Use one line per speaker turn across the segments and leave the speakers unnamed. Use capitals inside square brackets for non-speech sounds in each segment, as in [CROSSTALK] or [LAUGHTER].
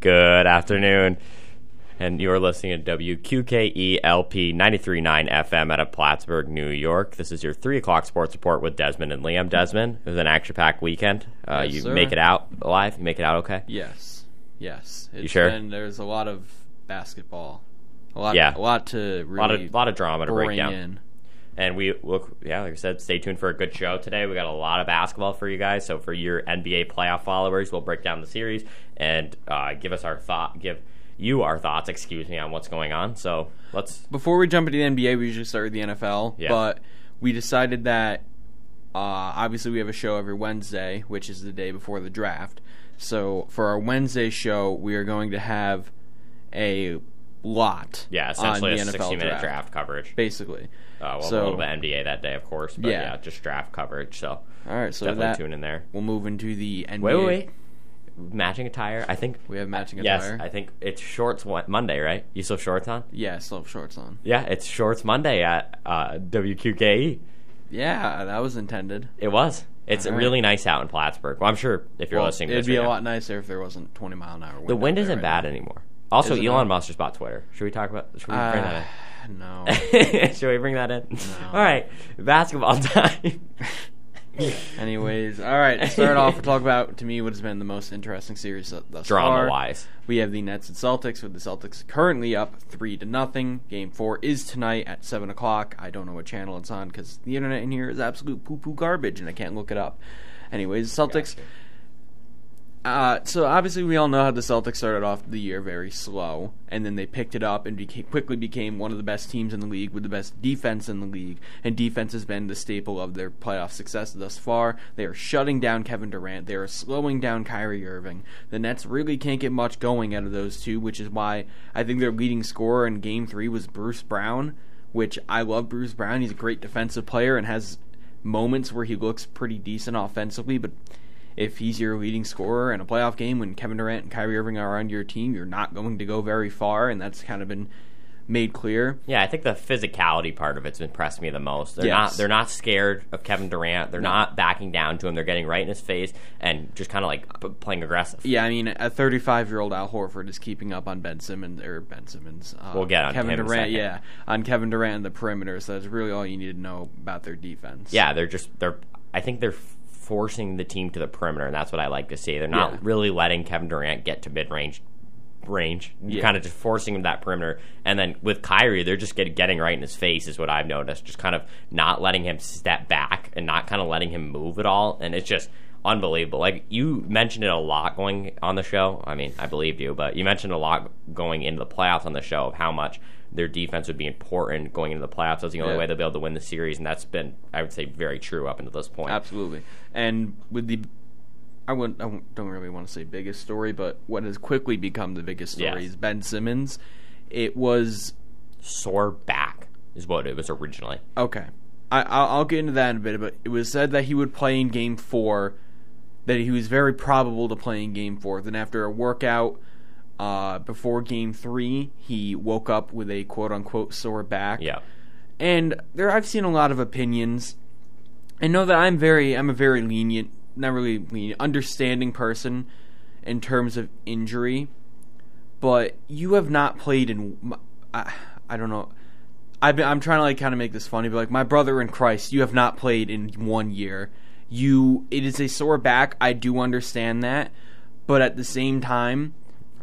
Good afternoon. And you're listening to E WQKELP 93.9 FM out of Plattsburgh, New York. This is your 3 o'clock sports report with Desmond and Liam. Desmond, it was an action-packed weekend. Uh,
Yes,
you
sir.
make it out alive? You make it out okay?
Yes, yes. It's
sure?
Been, there's a lot of basketball. A lot.
Yeah.
A lot to
A lot
really
of, lot of drama to break
boring
down.
in.
And we look, yeah, like I said, stay tuned for a good show today. We got a lot of basketball for you guys. So for your NBA playoff followers, we'll break down the series and uh, give us our thought, give you our thoughts, excuse me, on what's going on. So let's,
Before we jump into the NBA, we usually start with the NFL.
Yeah.
But we decided that uh, obviously we have a show every Wednesday, which is the day before the draft. So for our Wednesday show, we are going to have a lot.
yeah, essentially
on
a
the NFL
60 minute draft, coverage.
basically.
Uh, well,
so-
a little bit NBA that day, of course, but yeah,
Yeah.
just draft coverage. So
All right, so with
definitely
that
tune in there.
we'll move into the NBA.
Wait, wait, wait. Matching attire, I think.
We have matching
Yes,
attire.
I think it's shorts Wed- Monday, right? You still have shorts on?
yeah, still have shorts on.
Yeah, it's shorts Monday at uh, WQKE.
Yeah, that was intended.
It was. It's
All right.
really nice out in Plattsburgh. Well, I'm sure if you're
Well,
listening, to
it'd
this
be
right
a
now.
lot nicer if there wasn't 20 mile an hour wind.
The wind
out there
isn't
right
bad anymore. Also,
Isn't
Elon
it?
Musk just bought Twitter. Should we talk about? Should we bring that [LAUGHS]
now. uh, no.
in? should we bring that in? All right, basketball [LAUGHS] time.
[LAUGHS] Anyways, all right. To start off, we'll talk about to me what has been the most interesting series th- thus far.
Drama wise,
We have the Nets and Celtics, with the Celtics currently up three to nothing. Game four is tonight at seven o'clock. I don't know what channel it's on because the internet in here is absolute poo poo garbage, and I can't look it up. Anyways, Celtics. Uh, so obviously we all know how the Celtics started off the year very slow, and then they picked it up and became, quickly became one of the best teams in the league with the best defense in the league. And defense has been the staple of their playoff success thus far. They are shutting down Kevin Durant. They are slowing down Kyrie Irving. The Nets really can't get much going out of those two, which is why I think their leading scorer in Game Three was Bruce Brown, which I love. Bruce Brown. He's a great defensive player and has moments where he looks pretty decent offensively, but if he's your leading scorer in a playoff game when Kevin Durant and Kyrie Irving are on your team, you're not going to go very far, and that's kind of been made clear.
yeah, I think the physicality part of it's impressed me the most. They're not
Yes.
they're not scared of Kevin Durant. They're not backing down to him. They're getting right in his face and just kind of like p- playing aggressive.
Yeah, I mean, a 35 year old Al Horford is keeping up on Ben Simmons or Ben Simmons. Uh,
We'll get on
Kevin
him in a
Durant.
second.
Yeah, on Kevin Durant and the perimeter. So that's really all you need to know about their defense.
Yeah, they're just they're. I think they're forcing the team to the perimeter, and that's what I like to see. They're not
Yeah.
really letting Kevin Durant get to mid range. Range,
Yeah.
kind of just forcing him to that perimeter, and then with Kyrie, they're just get, getting right in his face, is what I've noticed. Just kind of not letting him step back and not kind of letting him move at all, and it's just unbelievable. Like you mentioned it a lot going on the show. I mean, I believed you, but you mentioned a lot going into the playoffs on the show of how much their defense would be important going into the playoffs. That's the only
Yeah.
way they'll be able to win the series, and that's been, I would say, very true up until this point.
Absolutely. And with the, I wouldn't, I wouldn't- don't really want to say biggest story, but what has quickly become the biggest story
Yes.
is Ben Simmons. It was
Sore back is what it was originally.
okay. I, I'll, I'll get into that in a bit, but it was said that he would play in Game Four, that he was very probable to play in Game Four. Then after a workout. Uh, before game three, he woke up with a quote unquote sore back.
Yeah,
and there I've seen a lot of opinions. I know that I'm very I'm a very lenient, not really lenient, understanding person in terms of injury, but you have not played in m- I, I don't know. I've been, I'm trying to like kind of make this funny, but like my brother in Christ, you have not played in one year. You it is a sore back. I do understand that, but at the same time,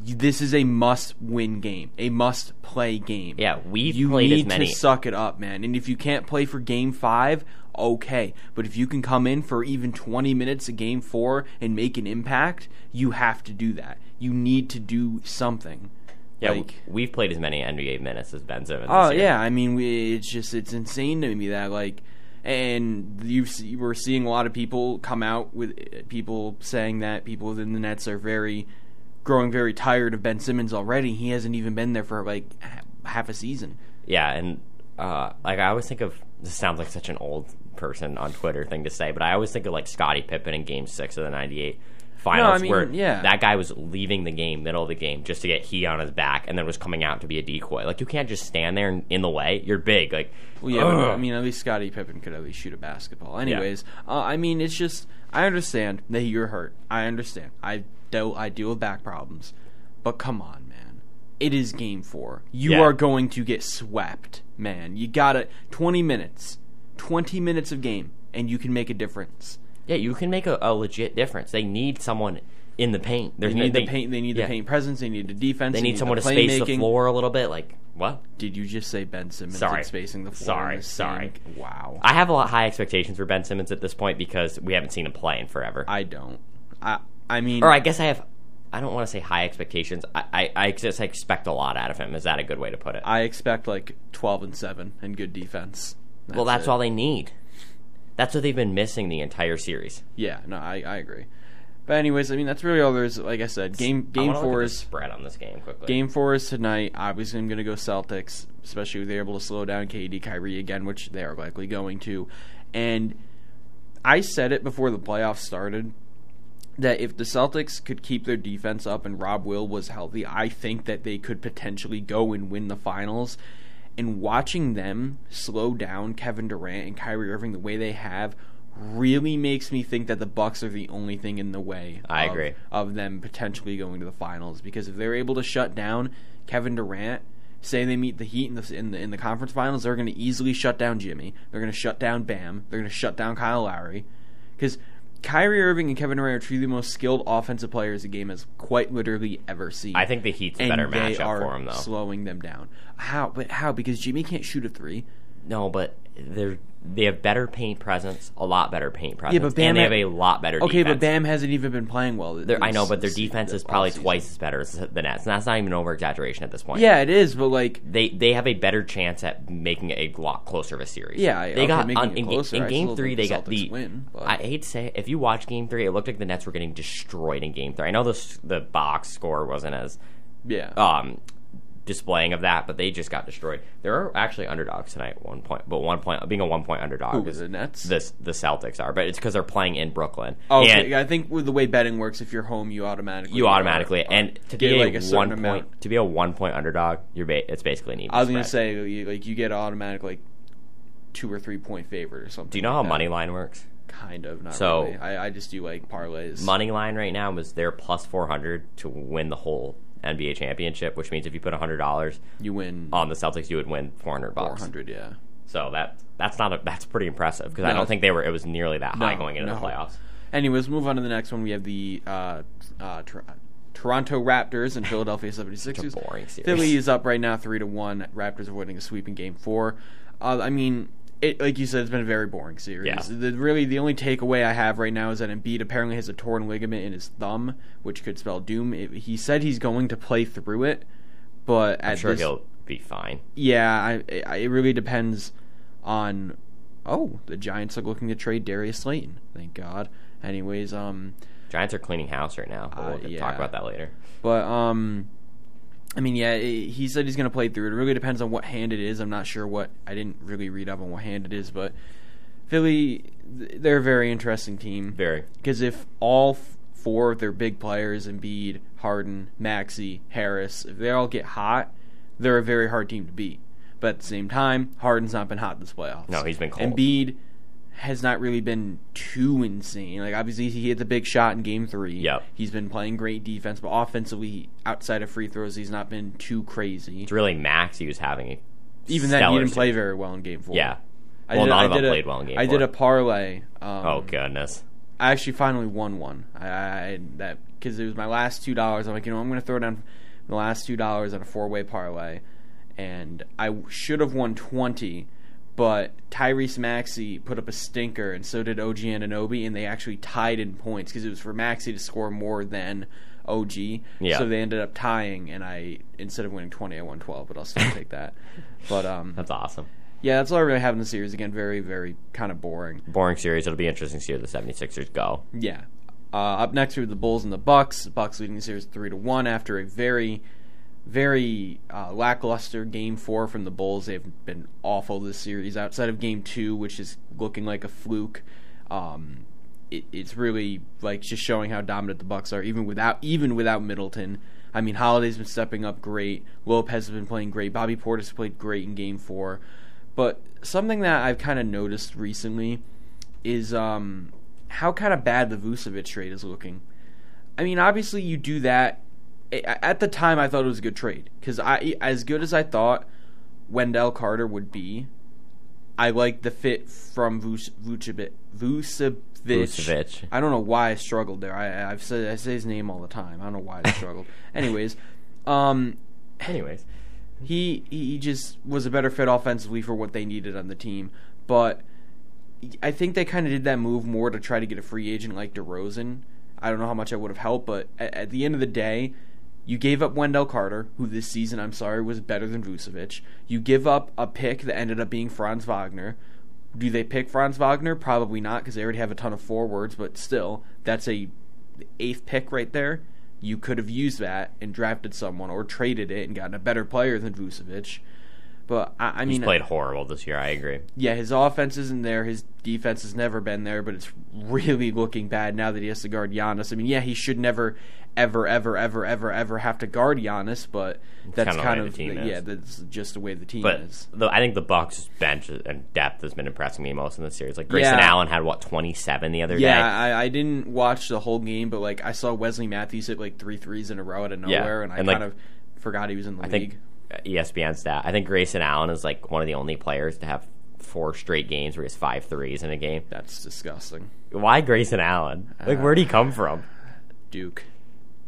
you, this is a must-win game, a must-play game
yeah. We
you
played
need
as many.
to suck it up, man. And if you can't play for game five, okay. But if you can come in for even 20 minutes of game four and make an impact, you have to do that. You need to do something.
yeah,
like,
we, have played as many NBA minutes as Ben Simmons.
oh
this year.
yeah. I mean, we, it's just it's insane to me that like, and you've se- we're seeing a lot of people come out with eh, people saying that people within the Nets are very growing very tired of Ben Simmons already. He hasn't even been there for like h- half a season.
yeah and uh, like i always think of this sounds like such an old person on twitter thing to say but i always think of like scottie pippen in game six of the 98 finals
No, I mean,
where
yeah.
that guy was leaving the game middle of the game just to get he on his back and then was coming out to be a decoy like you can't just stand there and in the way you're big like
Well, yeah, but, I
ugh.
mean, at least Scottie Pippen could at least shoot a basketball. Anyways, uh, I mean, it's just I understand that you're hurt. I understand. I deal I deal with back problems, But come on, man. It is game four. You
Yeah.
are going to get swept, man. You gotta 20 minutes. 20 minutes of game, and you can make a difference.
Yeah, you can make a, a legit difference. They need someone in the paint. There's
They
no-
need the paint they need
yeah.
the paint presence, they need the defense,
They need someone to
the
space the
playmaking.
floor a little bit. Like what?
Did you just say Ben Simmons and
Sorry.
spacing the floor?
Sorry,
in the
sorry.
sink? Wow.
I have a lot high expectations for Ben Simmons at this point because we haven't seen him play in forever.
I don't. I I mean
or I guess I have. I don't want to say high expectations. I, I, I just expect a lot out of him. Is that a good way to put it?
I expect like 12 and 7 and good defense.
well, that's
it.
all they need. That's what they've been missing the entire series.
Yeah, no, I, I agree. But anyways, I mean that's really all there's. Like I said, game
I
game
wanna look at
four
the
is
spread on this game quickly.
game four is tonight. Obviously, I'm going to go Celtics, especially if they're able to slow down KD, Kyrie again, which they are likely going to. And I said it before the playoffs started that if the Celtics could keep their defense up and Rob Will was healthy, I think that they could potentially go and win the finals. And watching them slow down Kevin Durant and Kyrie Irving the way they have really makes me think that the Bucks are the only thing in the way.
I
of-
agree.
of them potentially going to the finals because if they're able to shut down Kevin Durant, say they meet the Heat in the in the, in the conference finals, they're going to easily shut down Jimmy. They're going to shut down Bam. They're going to shut down Kyle Lowry because Kyrie Irving and Kevin Durant are truly the most skilled offensive players the game has quite literally ever seen.
I think the Heat's a
And
better
they
matchup
are
for him, though.
slowing them down. How? But how? Because Jimmy can't shoot a three.
No, but they're they have better paint presence, a lot better paint presence,
but Bam
and they
had-
have a lot better.
Okay,
defense.
but Bam hasn't even been playing well.
Their- I know, but their
this-
defense
this
is probably
offseason.
twice as better as the Nets, and that's not even an over exaggeration at this point.
Yeah, it is, but like
They, they have a better chance at making it a lot closer of a series.
Yeah, I-
they
okay,
got
making
on,
it
in, ga-
closer,
in
I
game
still
three. They got
think the
the.
Celtics win, but-
I hate to say, it, if you watch game three, it looked like the Nets were getting destroyed in game three. I know the s- the box score wasn't as
yeah.
um, displaying of that, but they just got destroyed. There are actually underdogs tonight, at one point, but one point being a one point underdog
Who
is
was it? Nets.
this the Celtics are, but it's because they're playing in Brooklyn.
Oh,
and
okay. I think with the way betting works, if you're home, you automatically
you
are-
automatically
are-
and to
get,
be
like,
a,
a certain
one
amount.
point to be a one point underdog, you're ba- it's basically an even.
I was gonna
spread.
say you- like you get automatic like two or three point favorite or something.
do you know how
like that.
money line works?
Kind of not
So-
really. I, I just do like parlays.
Money line right now is they're plus four hundred to win the whole NBA championship, which means if you put hundred dollars
you win
on the Celtics, you would win four hundred
four
bucks.
hundred. Yeah.
So that that's not a, that's pretty impressive because I
No.
don't think they were it was nearly that high
No,
going into the
no.
playoffs.
Anyways, move on to the next one. We have the uh, uh, Tor- Toronto Raptors and Philadelphia 76ers.
It's a boring series.
Philly is up right now, three to one. Raptors are winning a sweep in Game Four. Uh, I mean, it, like you said, it's been a very boring series.
Yeah.
The, really, the only takeaway I have right now is that Embiid apparently has a torn ligament in his thumb, which could spell doom. It, he said he's going to play through it, but at
I'm sure
this,
he'll be fine.
yeah, I, I, it really depends on. Oh, the Giants are looking to trade Darius Slayton. Thank God. Anyways, um,
Giants are cleaning house right now. but
Uh,
we'll
yeah.
talk about that later.
but um, I mean, yeah, it, he said he's going to play through. It really depends on what hand it is. I'm not sure what. I didn't really read up on what hand it is, but Philly, th- they're a very interesting team.
Very.
Because if all f- four of their big players, Embiid, Harden, Maxi, Harris, if they all get hot, they're a very hard team to beat. But at the same time, Harden's not been hot this playoffs.
No, he's been cold.
Embiid has not really been too insane. Like obviously he hit the big shot in game three.
Yep.
He's been playing great defense, but offensively, outside of free throws, he's not been too crazy.
It's really Max he was having a
Even then, he
stellar
didn't play
series.
very well in game four.
Yeah.
I
well,
did,
none
I
of them
did a-
played well in game
I
four.
did a parlay. Um,
oh goodness.
I actually finally won one. I, I that because it was my last two dollars. I'm like, you know, I'm gonna throw down the last two dollars on a four way parlay, and I should have won twenty, but Tyrese Maxey put up a stinker, and so did OG Ananobi, and they actually tied in points because it was for Maxey to score more than OG.
Yeah.
So they ended up tying, and I instead of winning twenty, I won twelve, but I'll still take that. But um,
That's awesome.
yeah, that's all I really have in the series. Again, very very kind of boring.
Boring series. It'll be interesting to see where the 76ers go.
Yeah. Uh, up next we have the Bulls and the Bucks. The Bucks leading the series three to one after a very, very uh, lackluster game four from the Bulls. They've been awful this series. Outside of game two, which is looking like a fluke, um, it, it's really like just showing how dominant the Bucks are, even without even without Middleton. I mean, Holiday's been stepping up great. Lopez has been playing great. Bobby Portis played great in game four. But something that I've kind of noticed recently is um, how kind of bad the Vucevic trade is looking. I mean, obviously you do that a- at the time I thought it was a good trade because I as good as I thought Wendell Carter would be, I like the fit from Vuce- Vucevic. Vucevic.
Vucevic.
I don't know why I struggled there. I I've said I say his name all the time. I don't know why I struggled. Anyways, um,
Anyways,
he he just was a better fit offensively for what they needed on the team. But I think they kind of did that move more to try to get a free agent like DeRozan. I don't know how much I would have helped, but at, at the end of the day, you gave up Wendell Carter, who this season I'm sorry was better than Vucevic. You give up a pick that ended up being Franz Wagner. Do they pick Franz Wagner? Probably not because they already have a ton of forwards, but still, that's a eighth pick right there. You could have used that and drafted someone or traded it and gotten a better player than Vucevic. But I, I mean,
he's played horrible this year. I agree.
yeah, his offense isn't there. His defense has never been there, but it's really looking bad now that he has to guard Giannis. I mean, yeah, he should never, ever, ever, ever, ever, ever have to guard Giannis, but that's
kinda the
kind
way
of,
the team is.
yeah, that's just the way the team
But
is.
the, I think the Bucks bench and depth has been impressing me most in this series. Like Grayson
Yeah.
Allen had what twenty seven the other
Yeah,
day.
I, I didn't watch the whole game, but like I saw Wesley Matthews hit like three threes in a row out of
Yeah,
nowhere, and I
and, like,
kind of forgot he was in the
I
league.
think E ESPN stat. I think Grayson Allen is like one of the only players to have four straight games where he has five threes in a game.
That's disgusting,
Why Grayson Allen? Like where'd he come from?
Duke.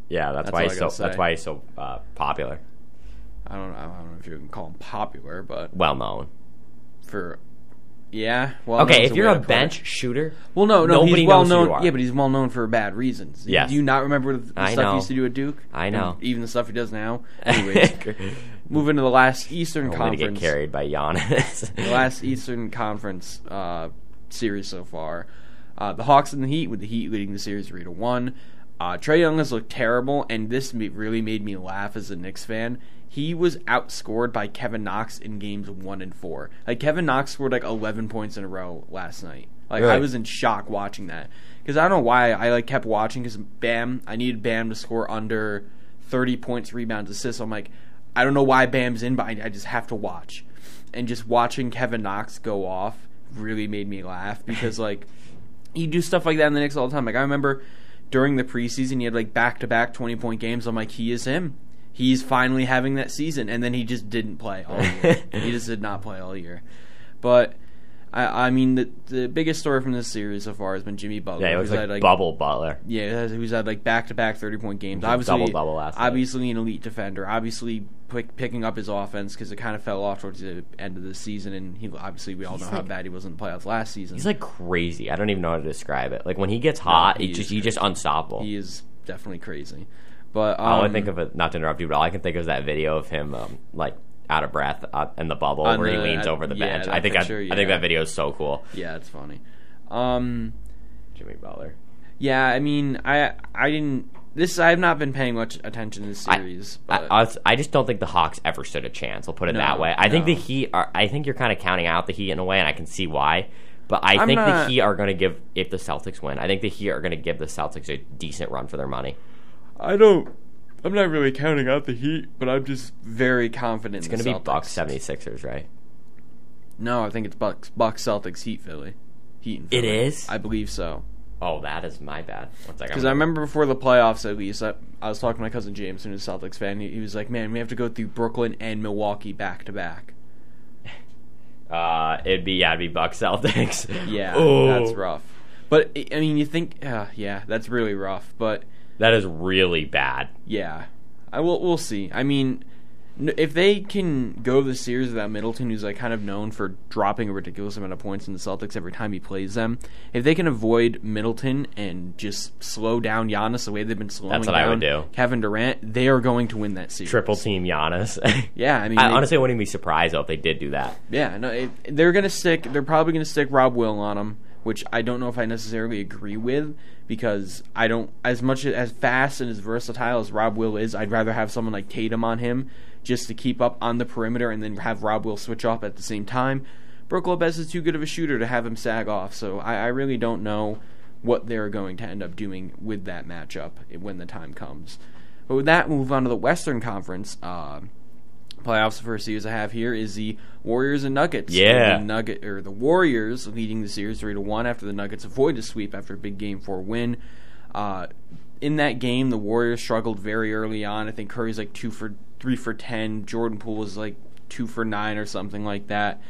Yeah, that's,
That's
why
all
he's
I
so
gotta
that's
say.
why he's so uh, popular,
I don't, I don't know if you can call him popular, but
well known.
for yeah, well,
Okay,
that's
if you're
way
a
to put it.
bench
[LAUGHS]
shooter,
Well, no, no,
Nobody
he's well
knows who you
known.
are.
Yeah, but he's well known for bad reasons.
Yes.
Do you not remember the, the
I
stuff
know.
he used to do at Duke?
I know.
And even the stuff he
[LAUGHS]
does now. Anyways, moving to the last Eastern
only to get
Conference.
carried by Giannis.
The last Eastern Conference uh, series so far. Uh, the Hawks and the Heat, with the Heat leading the series three to one. Uh, Trey Young has looked terrible, and this me- really made me laugh as a Knicks fan. He was outscored by Kevin Knox in games one and four. Like Kevin Knox scored like eleven points in a row last night. Like I
Really?
was in shock watching that because I don't know why I like kept watching because Bam, I needed Bam to score under thirty points, rebounds, assists. I'm like, I don't know why Bam's in, but I, I just have to watch, and just watching Kevin Knox go off really made me laugh because like you do stuff like that in the Knicks all the time. Like I remember during the preseason, he had like back to back twenty point games. I'm like, he is him. He's finally having that season, and then he just didn't play all year. he just did not play all year. But I, I mean, the the biggest story from this series so far has been Jimmy
[LAUGHS]
Butler.
yeah, he looks
who's
like,
had,
Bubble Butler.
yeah, who's had like back to back thirty point games.
was a
Obviously,
double-double last night.
obviously an elite defender. Obviously pick, picking up his offense because it kind of fell off towards the end of the season, and he obviously we all know how
like-
bad he was in the playoffs last season.
He's like crazy. I don't even know how to describe it. Like when he gets hot,
he
he
is
just he's just unstoppable.
he is definitely crazy. But um,
all Oh, I think of it, not to interrupt you, but all I can think of is that video of him um, like out of breath uh, in the bubble
On
where he
the-
leans
uh,
over the
yeah,
bench.
that
I think
picture,
I, I think
yeah.
that video is so cool.
yeah, it's funny. Um,
Jimmy Butler.
yeah, I mean, I I didn't this. I have not been paying much attention to this
I-
series.
I,
but-
I, was- I just don't think the Hawks ever stood a chance. I'll put it
No,
that way. I think the
no.
Heat are. I think you're kind of counting out the Heat in a way, and I can see why. But I
I'm
think
not-
the Heat are going to give if the Celtics win. I think the Heat are going to give the Celtics a decent run for their money.
I don't. I'm not really counting out the Heat, but I'm just very confident.
It's going to be Bucks 76ers, right?
No, I think it's Bucks. Bucks, Celtics, Heat, Philly. Heat. And
It
Philly.
is?
I believe so.
Oh, that is my bad. One second.
Because I remember before the playoffs, at least, I, I was talking to my cousin James, who's a Celtics fan. He, he was like, "Man, we have to go through Brooklyn and Milwaukee back to back."
Uh, it'd be yeah, it'd be Bucks Celtics.
[LAUGHS] Yeah,
[LAUGHS] Ooh.
that's rough. But I I mean, you think, uh, yeah, that's really rough. But
That is really bad.
Yeah, I will. We'll see. I mean, n- if they can go the series without Middleton, who's like kind of known for dropping a ridiculous amount of points in the Celtics every time he plays them, if they can avoid Middleton and just slow down Giannis the way they've been slowing
That's what
down
I would do.
Kevin Durant, they are going to win that series.
Triple team Giannis. [LAUGHS]
Yeah, I mean,
I
they-
honestly wouldn't even be surprised though if they did do that.
yeah, no, it, they're gonna stick. They're probably gonna stick Rob Will on him, which I don't know if I necessarily agree with because I don't as much as fast and as versatile as Rob Will is. I'd rather have someone like Tatum on him just to keep up on the perimeter and then have Rob Will switch off at the same time. Brooke Lopez is too good of a shooter to have him sag off, so I, I really don't know what they're going to end up doing with that matchup when the time comes. But with that, we'll move on to the Western Conference. Uh, playoffs the first series I have here is the Warriors and Nuggets.
Yeah.
The Nugget or the Warriors leading the series three to one after the Nuggets avoid a sweep after a big game four win. Uh, in that game, the Warriors struggled very early on. I think Curry's like two for three for ten. Jordan Poole was like two for nine or something like that.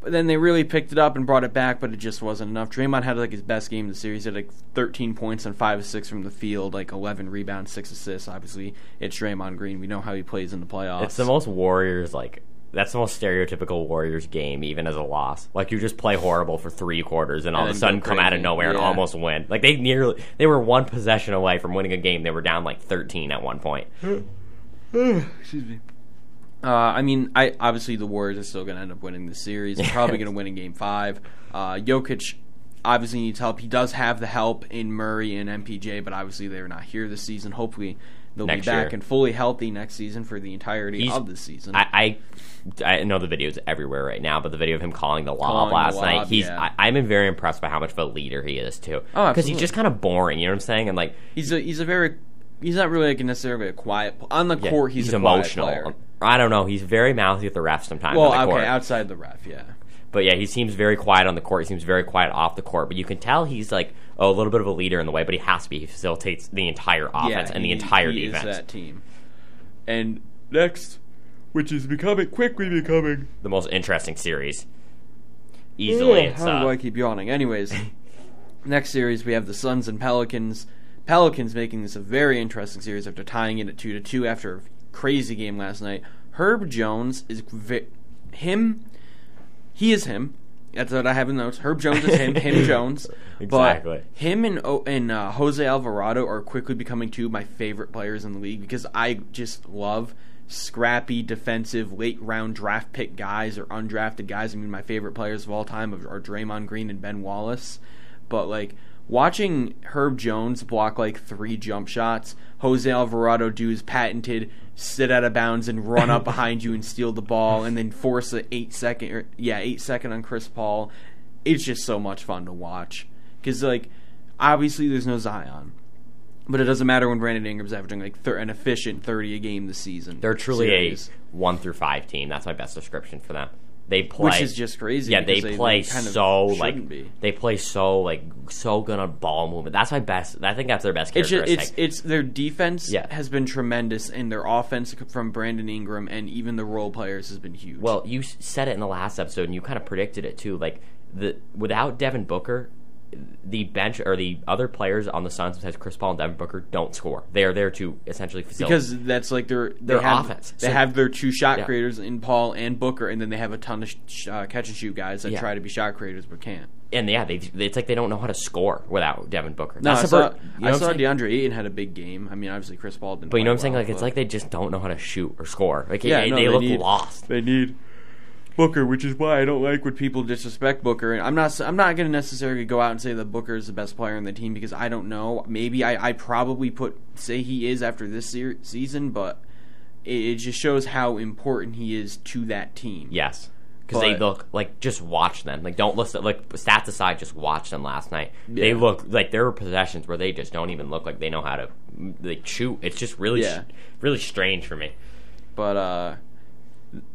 But then they really picked it up and brought it back, but it just wasn't enough. Draymond had like his best game in the series. He had like 13 points on five of six from the field, like 11 rebounds, six assists. Obviously, it's Draymond Green. We know how he plays in the playoffs.
It's the most Warriors like that's the most stereotypical Warriors game, even as a loss. Like you just play horrible for three quarters, and all
And
of a
then
sudden
go
come out of
crazy.
nowhere and
Yeah.
almost win. Like they nearly they were one possession away from winning a game. They were down like thirteen at one point.
Hmm. Excuse me. Uh, I mean, I obviously the Warriors are still going to end up winning the series. They're Probably going to win in Game Five. Uh, Jokic obviously needs help. He does have the help in Murray and MPJ, but obviously they're not here this season. Hopefully, they'll
Next
be back
year.
and fully healthy next season for the entirety
He's-
of the season.
I, I I know the video's everywhere right now, but the video of him calling the lob
Calling the
last
lob,
night, he's
yeah.
I, I'm very impressed by how much of a leader he is too.
Oh,
because he's
absolutely.
just kind of boring. You know what I'm saying? And like
he's a he's a very he's not really like necessarily a quiet on the
yeah,
court. He's,
he's
a
emotional.
Quiet player.
I don't know. He's very mouthy with the refs sometimes.
Well,
on
okay,
the court.
outside the ref, yeah.
But yeah, he seems very quiet on the court. He seems very quiet off the court. But you can tell he's like oh, a little bit of a leader in the way, but he has to be. He facilitates the entire offense
yeah,
and the
he-
entire
he is
defense.
that team. And next, which is becoming quickly becoming
The most interesting series. Easily.
Ugh,
it's,
how
uh,
do I keep yawning? Anyways, [LAUGHS] next series we have the Suns and Pelicans. Pelicans making this a very interesting series after tying it at two to two after a crazy game last night. Herb Jones is vi- him. He is him. That's what I have in notes. Herb Jones is
[LAUGHS]
him. him Jones.
Exactly.
But him and O- and uh, Jose Alvarado are quickly becoming two of my favorite players in the league because I just love scrappy defensive late round draft pick guys or undrafted guys. I mean, my favorite players of all time are Draymond Green and Ben Wallace. But like watching Herb Jones block like three jump shots, Jose Alvarado do his patented sit out of bounds and run up behind you and steal the ball and then force an eight second or, yeah eight second on Chris Paul. It's just so much fun to watch because like obviously there's no Zion, but it doesn't matter when Brandon Ingram's averaging like thir- an efficient thirty a game this season.
They're truly
series,
a one through five team. That's my best description for them. They play,
which is just crazy.
yeah. They
because
play
kind of
so like
shouldn't be.
they play so like so good on ball movement. That's my best. I think that's their best
It's, just,
characteristic.
it's it's their defense
Yeah.
has been tremendous, and their offense from Brandon Ingram and even the role players has been huge.
Well, you s- said it in the last episode, and you kind of predicted it too. Like the without Devin Booker, the bench or the other players on the Suns, besides Chris Paul and Devin Booker, don't score. They are there to essentially facilitate.
because that's like their they
Their
have,
offense.
They
So-
have their two shot
Yeah.
creators in Paul and Booker, and then they have a ton of sh- uh, catch and shoot guys that
Yeah.
try to be shot creators but can't.
and yeah, they, it's like they don't know how to score without Devin Booker.
No, I
That's the
saw,
ver- you know
I
what I'm
saw
saying?
DeAndre Ayton had a big game. I mean, obviously Chris Paul didn't.
But you know what I'm
play
saying?
well,
Like it's
but-
like they just don't know how to shoot or score. Like
Yeah,
they,
no,
they
they
look
need-
lost.
they need Booker, which is why I don't like when people disrespect Booker. And I'm not s- I'm not going to necessarily go out and say that Booker is the best player on the team because I don't know. Maybe I, I probably put say he is after this se- season, but it, it just shows how important he is to that team.
Yes. Because they
But-
look like just watch them. Like don't listen. Like stats aside, just watch them last night. They
Yeah.
look like there were possessions where they just don't even look like they know how to like shoot. It's just really,
Yeah.
really strange for me.
But uh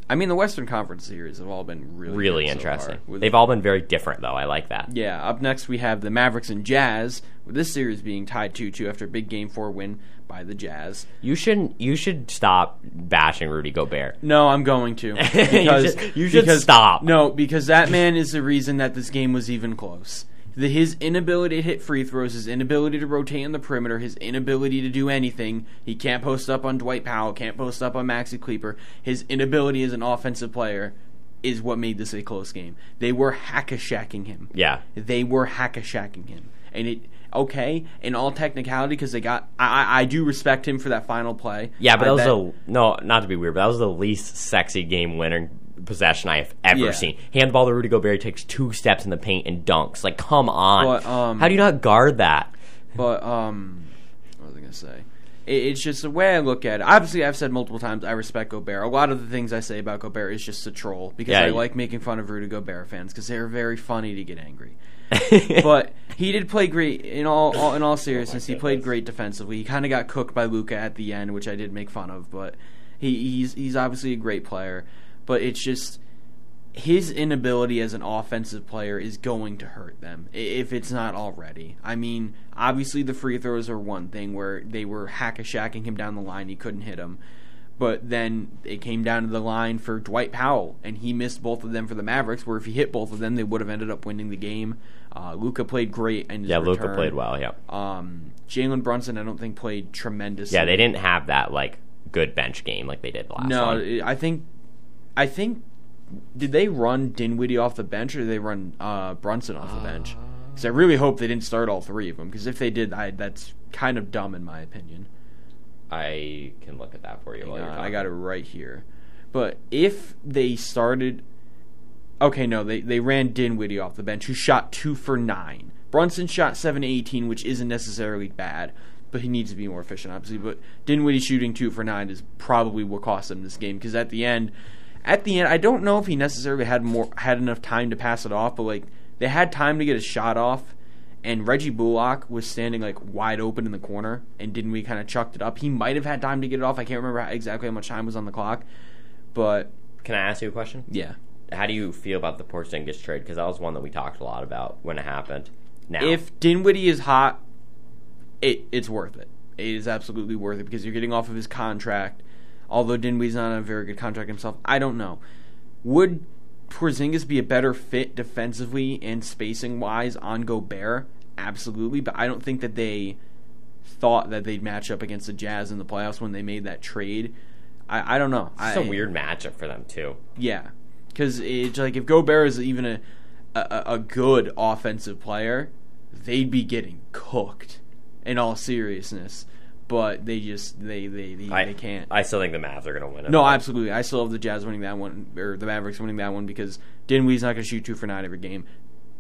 I mean the Western Conference series have all been really
Really
good so far.
interesting.
With-
They've all been very different though. I like that.
Yeah, up next we have the Mavericks and Jazz, with this series being tied 2-2 after a big game 4 win by the Jazz.
You shouldn't. You should stop bashing Rudy Gobert.
No, I'm
[LAUGHS]
going to. Because,
should- you should
because-
stop.
No, because that man is the reason that this game was even close. The, his inability to hit free throws, his inability to rotate on the perimeter, his inability to do anything. He can't post up on Dwight Powell, can't post up on Maxi Kleber. His inability as an offensive player is what made this a close game. They were hack-a-shacking him
Yeah.
they were hack-a-shacking him. And it okay in all technicality because they got. I, I I do respect him for that final play.
Yeah, but
I
that was
bet-
the no, not to be weird, but that was the least sexy game winning possession I have ever
Yeah.
seen. Hand the ball to Rudy Gobert, he takes two steps in the paint and dunks. Like, come on,
But, um,
how do you not guard that?
But um, what was I gonna say? It, it's just the way I look at it. Obviously, I've said multiple times I respect Gobert. A lot of the things I say about Gobert is just a troll because
Yeah,
I
you-
like making fun of Rudy Gobert fans because they're very funny to get angry.
[LAUGHS]
but he did play great in all, all in all seriousness. he played great defensively. He kind of got cooked by Luca at the end, which I did make fun of. But he, he's he's obviously a great player. But it's just his inability as an offensive player is going to hurt them i- if it's not already. I mean, obviously the free throws are one thing where they were hack a shacking him down the line, he couldn't hit them. But then it came down to the line for Dwight Powell, and he missed both of them for the Mavericks. Where if he hit both of them, they would have ended up winning the game. Uh, Luca played great, and
Yeah, Luca played well. Yeah,
Um, Jalen Brunson, I don't think played tremendous.
yeah, they didn't have that like good bench game like they did last.
No,
one.
I think, I think, did they run Dinwiddie off the bench or did they run uh, Brunson off the bench? Because I really hope they didn't start all three of them. Because if they did, I, that's kind of dumb in my opinion.
I can look at that for you. While
Uh,
you're
I
talking.
got it right here. But if they started, okay, no, they they ran Dinwiddie off the bench, who shot two for nine. Brunson shot seven to eighteen, which isn't necessarily bad, but he needs to be more efficient, obviously. But Dinwiddie shooting two for nine is probably what cost them this game because at the end, at the end, I don't know if he necessarily had more had enough time to pass it off, but like they had time to get a shot off. And Reggie Bullock was standing like wide open in the corner, and Dinwiddie kind of chucked it up. He might have had time to get it off. I can't remember how, exactly how much time was on the clock, but
Can I ask you a question?
yeah,
How do you feel about the Porzingis trade? Because that was one that we talked a lot about when it happened. Now,
If Dinwiddie is hot, it it's worth it. It is absolutely worth it because you're getting off of his contract. Although Dinwiddie's not on a very good contract himself, I don't know. Would Porzingis be a better fit defensively and spacing wise on Gobert? Absolutely, but I don't think that they thought that they'd match up against the Jazz in the playoffs when they made that trade. I, I don't know.
it's
I,
a weird matchup for them too.
yeah, because it's like if Gobert is even a, a a good offensive player, they'd be getting cooked. In all seriousness, but they just they they they,
I
they can't.
I still think the Mavs are going to win it.
no, absolutely. I still love the Jazz winning that one or the Mavericks winning that one because Dinwiddie's not going to shoot two for nine every game.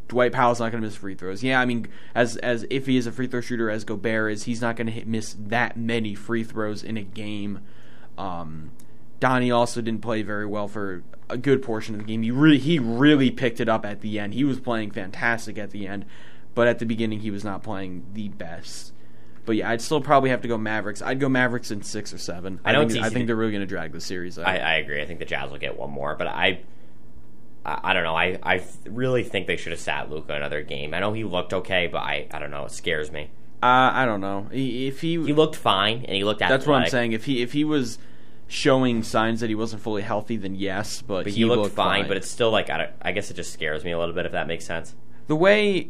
Dwight Powell's not going to miss free throws. Yeah, I mean, as as if he is a free throw shooter as Gobert is, he's not going to miss that many free throws in a game. Um, Donnie also didn't play very well for a good portion of the game. He really he really picked it up at the end. He was playing fantastic at the end, but at the beginning he was not playing the best. But yeah, I'd still probably have to go Mavericks. I'd go Mavericks in six or seven. I,
I know
think,
it's
I
easy
think
to-
they're really going to drag the series. out.
I, I agree. I think the Jazz will get one more, but I, I, I don't know. I, I really think they should have sat Luca another game. I know he looked okay, but I, I don't know. It scares me.
Uh, I don't know I- if he.
He looked fine, and he looked athletic.
that's what I'm saying. If he if he was showing signs that he wasn't fully healthy, then yes. But,
But he, looked, fine, but it's still like I, don't, I guess it just scares me a little bit if that makes sense.
the way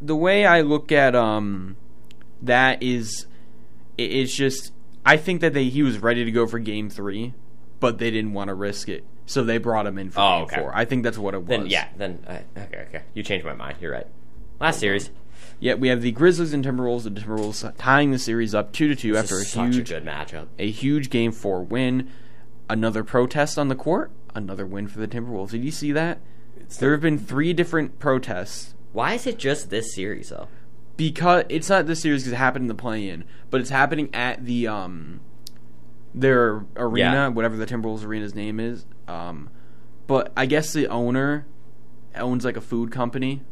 the way I look at um that is i- it's just I think that they he was ready to go for game three, but they didn't want to risk it, so they brought him in for
Oh,
game
okay.
four. I think that's what it was.
Then yeah, then I, okay, okay. You changed my mind. You're right. Last series,
Yet we have the Grizzlies and Timberwolves. The Timberwolves tying the series up two to two
this
after
is
a
such
huge
a good matchup.
a huge game four win. Another protest on the court. Another win for the Timberwolves. Did you see that? There have been three different protests
Why is it just this series though?
because it's not this series because it happened in the play-in, but it's happening at the um their arena,
Yeah.
whatever the Timberwolves arena's name is. Um, but I guess the owner owns like a food company,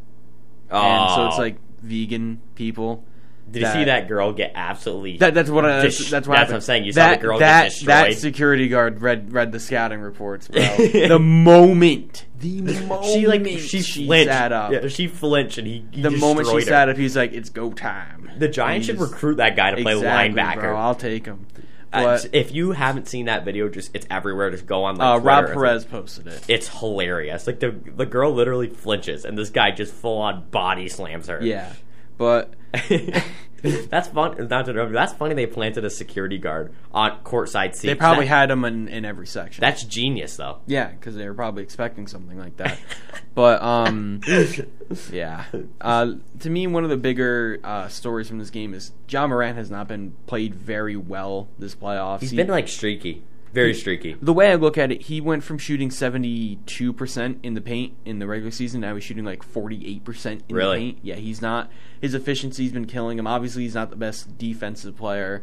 and so it's like vegan people.
Oh, did you see that girl get absolutely?
That, that's what I, that's,
Dis-
that's what
that's
happened.
what I'm saying. You saw
that,
the girl get
that,
destroyed.
That security guard read read the scouting reports,
[LAUGHS]
bro. the moment, the [LAUGHS] moment
she like she, flinched.
sat up,
Yeah, she flinched, and he, he
the moment she
destroyed her.
sat up, he's like, "It's go time."
The Giants
And
should
he just-
recruit that guy to play
exactly,
linebacker.
Bro, I'll take him.
Uh,
But
if you haven't seen that video, just it's everywhere. Just go on like
uh,
Twitter.
Rob
It's-
Perez posted it.
It's hilarious. Like the the girl literally flinches, and this guy just full on body slams her.
Yeah, but
[LAUGHS] that's fun. Not to interrupt you, That's funny. They planted a security guard on courtside seats.
they probably
That-
had him in, in every section.
that's genius though.
yeah, because they were probably expecting something like that. but um. Yeah. Uh, to me, one of the bigger uh, stories from this game is John Morant has not been played very well this playoffs.
He's
He-
been like streaky, very streaky.
the way I look at it, he went from shooting 72% in the paint in the regular season. Now he's shooting like 48% in
Really?
the paint. Yeah, he's not. His efficiency's been killing him. Obviously, he's not the best defensive player,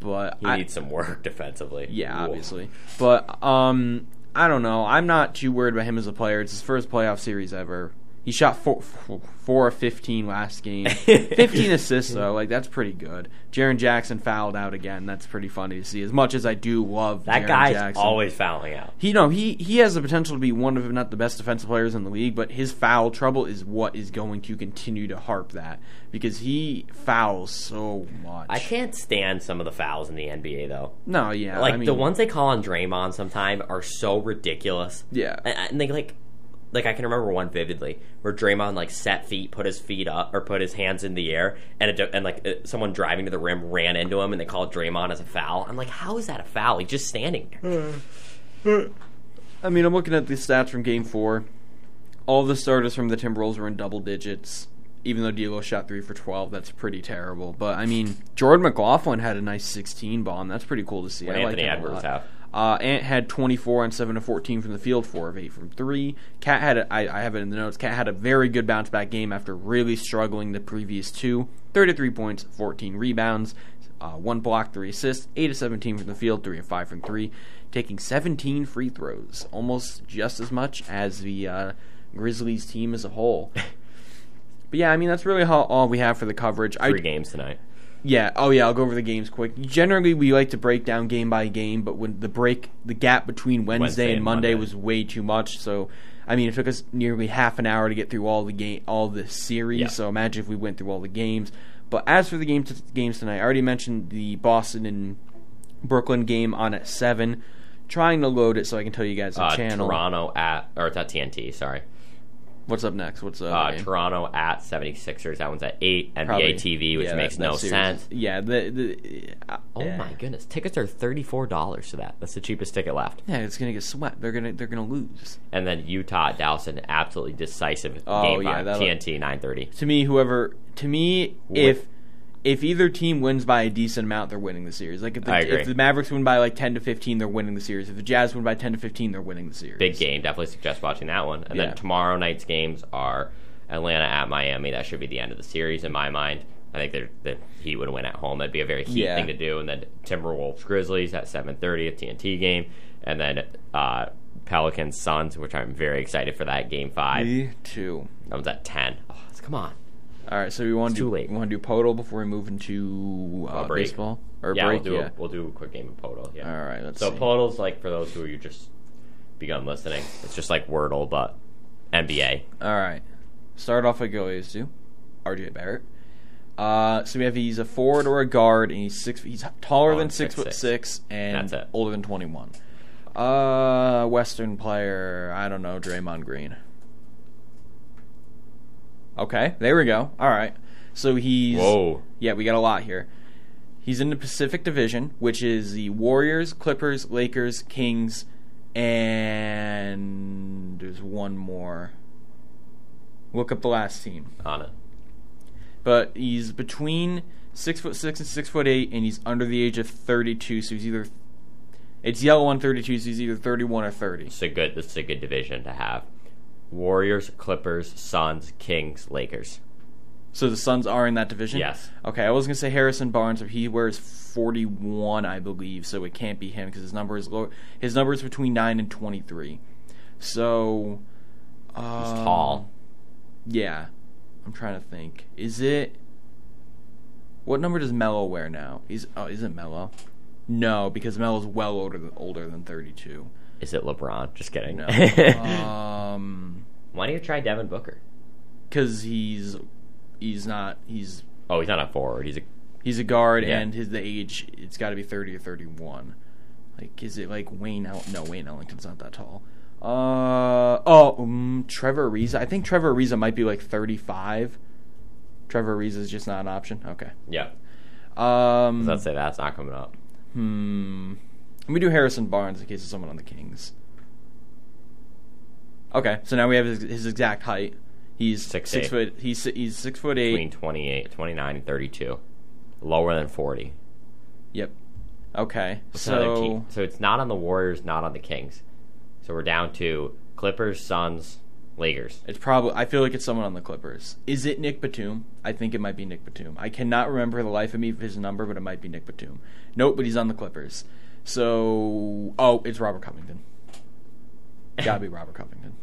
but
He
I,
needs some work defensively.
yeah,
Whoa.
obviously. But um, I don't know. I'm not too worried about him as a player. It's his first playoff series ever. He shot four, four, four of 15
[LAUGHS]
last game. 15 assists, though. Like, that's pretty good. Jaron Jackson fouled out again. That's pretty funny to see. As much as I do love
That
Jaren
guy's
Jackson.
always fouling out.
He no, he he has the potential to be one of if not the best defensive players in the league, but his foul trouble is what is going to continue to harp that because he fouls so much.
I can't stand some of the fouls in the NBA though.
no, yeah,
Like
I mean,
the ones they call on Draymond sometime are so ridiculous.
Yeah.
and, and they like, like I can remember one vividly where Draymond like set feet, put his feet up or put his hands in the air, and it, and like uh, someone driving to the rim ran into him, and they called Draymond as a foul. I'm like, how is that a foul? He's just standing there.
Hmm. I mean, I'm looking at the stats from Game Four. All the starters from the Timberwolves were in double digits, even though D'Lo shot three for twelve. That's pretty terrible. But I mean, Jordan McLaughlin had a nice 16 bomb. That's pretty cool to see.
What
I
Anthony
like him a
Edwards
lot.
have?
Uh, Ant had 24 on 7 of 14 from the field, 4 of 8 from 3. Cat had, a, I, I have it in the notes, Cat had a very good bounce back game after really struggling the previous two. 33 points, 14 rebounds, uh, 1 block, 3 assists, 8 of 17 from the field, 3 of 5 from 3, taking 17 free throws, almost just as much as the uh, Grizzlies team as a whole. But yeah, I mean that's really how, all we have for the coverage. I,
Three games tonight.
yeah. Oh, yeah. I'll go over the games quick. Generally, we like to break down game by game, but when the break, the gap between Wednesday,
Wednesday
and
and
Monday,
Monday.
was way too much. So, I mean, it took us nearly half an hour to get through all the game, all the series.
Yeah.
So imagine if we went through all the games. But as for the game t- games tonight, I already mentioned the Boston and Brooklyn game on at seven. Trying to load it so I can tell you guys the
Uh,
channel.
Toronto at or it's at TNT. Sorry.
What's up next? What's up?
Uh, Toronto at 76ers. That one's at eight. NBA TV, which makes no sense.
Yeah. The, the, uh,
Oh my goodness, tickets are thirty four dollars to that. That's the cheapest ticket left.
Yeah, it's gonna get swept. They're gonna they're gonna lose.
And then Utah at Dallas, an absolutely decisive
Oh,
game
yeah,
five,
that'll-
TNT nine thirty.
To me, whoever to me, if if either team wins by a decent amount, they're winning the series. Like if the,
I agree.
if the Mavericks win by like ten to fifteen, they're winning the series. If the Jazz win by ten to fifteen, they're winning the series.
Big game. Definitely suggest watching that one. And
Yeah.
then tomorrow night's games are Atlanta at Miami. That should be the end of the series in my mind. I think they're, that he would win at home. That'd be a very heat
Yeah.
thing to do. And then Timberwolves Grizzlies at seven thirty at TNT game. And then uh, Pelicans Suns, which I'm very excited for that game five.
Me too.
That one's at ten. Oh, it's- come on.
All right, so we want to
too
do
late.
we want to do Podal before we move into uh,
A break.
baseball or
yeah,
break.
we'll do
yeah.
A, we'll do a quick game of Podal. Yeah.
All right, let's
So
see.
Podal's like for those who you just begun listening, it's just like Wordle but NBA.
All right, start off like you always do. RJ Barrett. Uh, so we have he's a forward or a guard, and he's six. He's taller
Oh,
than
it's
six,
six
foot
six.
six, and
That's it.
older than twenty one. Uh, Western player. I don't know. Draymond Green. Okay, there we go. All right. So he's.
Whoa.
Yeah, we got a lot here. He's in the Pacific Division, which is the Warriors, Clippers, Lakers, Kings, and there's one more. Look up the last team
On it.
but he's between six foot six and six foot eight, and he's under the age of thirty-two. So he's either it's yellow on thirty-two, so he's either thirty-one or thirty.
It's a good this is a good division to have. Warriors, Clippers, Suns, Kings, Lakers.
So the Suns are in that division.
Yes.
Okay, I was gonna say Harrison Barnes, but he wears forty-one, I believe. So it can't be him because his number is low. His number is between nine and twenty-three. So
He's
um,
tall.
Yeah, I'm trying to think. Is it what number does Mello wear now? He's oh, isn't Mello? No, because Mello's well older than older than 32.
Is it LeBron? Just kidding. [LAUGHS]
No, um,
Why don't you try Devin Booker?
because he's he's not he's
Oh, he's not a forward. He's a
he's a guard
Yeah.
and his the age it's got to be 30 or 31. Like is it like Wayne? El- no, Wayne Ellington's not that tall. Uh oh, um, Trevor Ariza. I think Trevor Ariza might be like 35. Trevor Ariza's just not an option. Okay.
yeah.
Um,
Let's say that's not coming up.
hmm. Let me do Harrison Barnes in case of someone on the Kings. Okay, so now we have his, his exact height. He's six,
Six eight.
foot. He's si- he's six foot eight.
Between 28, 29, and 32. Lower than 40.
Yep. Okay.
It's another
So
team. so it's not on the Warriors, not on the Kings. So we're down to Clippers, Suns, Lakers.
it's probably. I feel like it's someone on the Clippers. Is it Nick Batum? I think it might be Nick Batum. I cannot remember the life of me his number, but it might be Nick Batum. Nope, but he's on the Clippers. So oh, it's Robert Covington. Gotta be Robert Covington.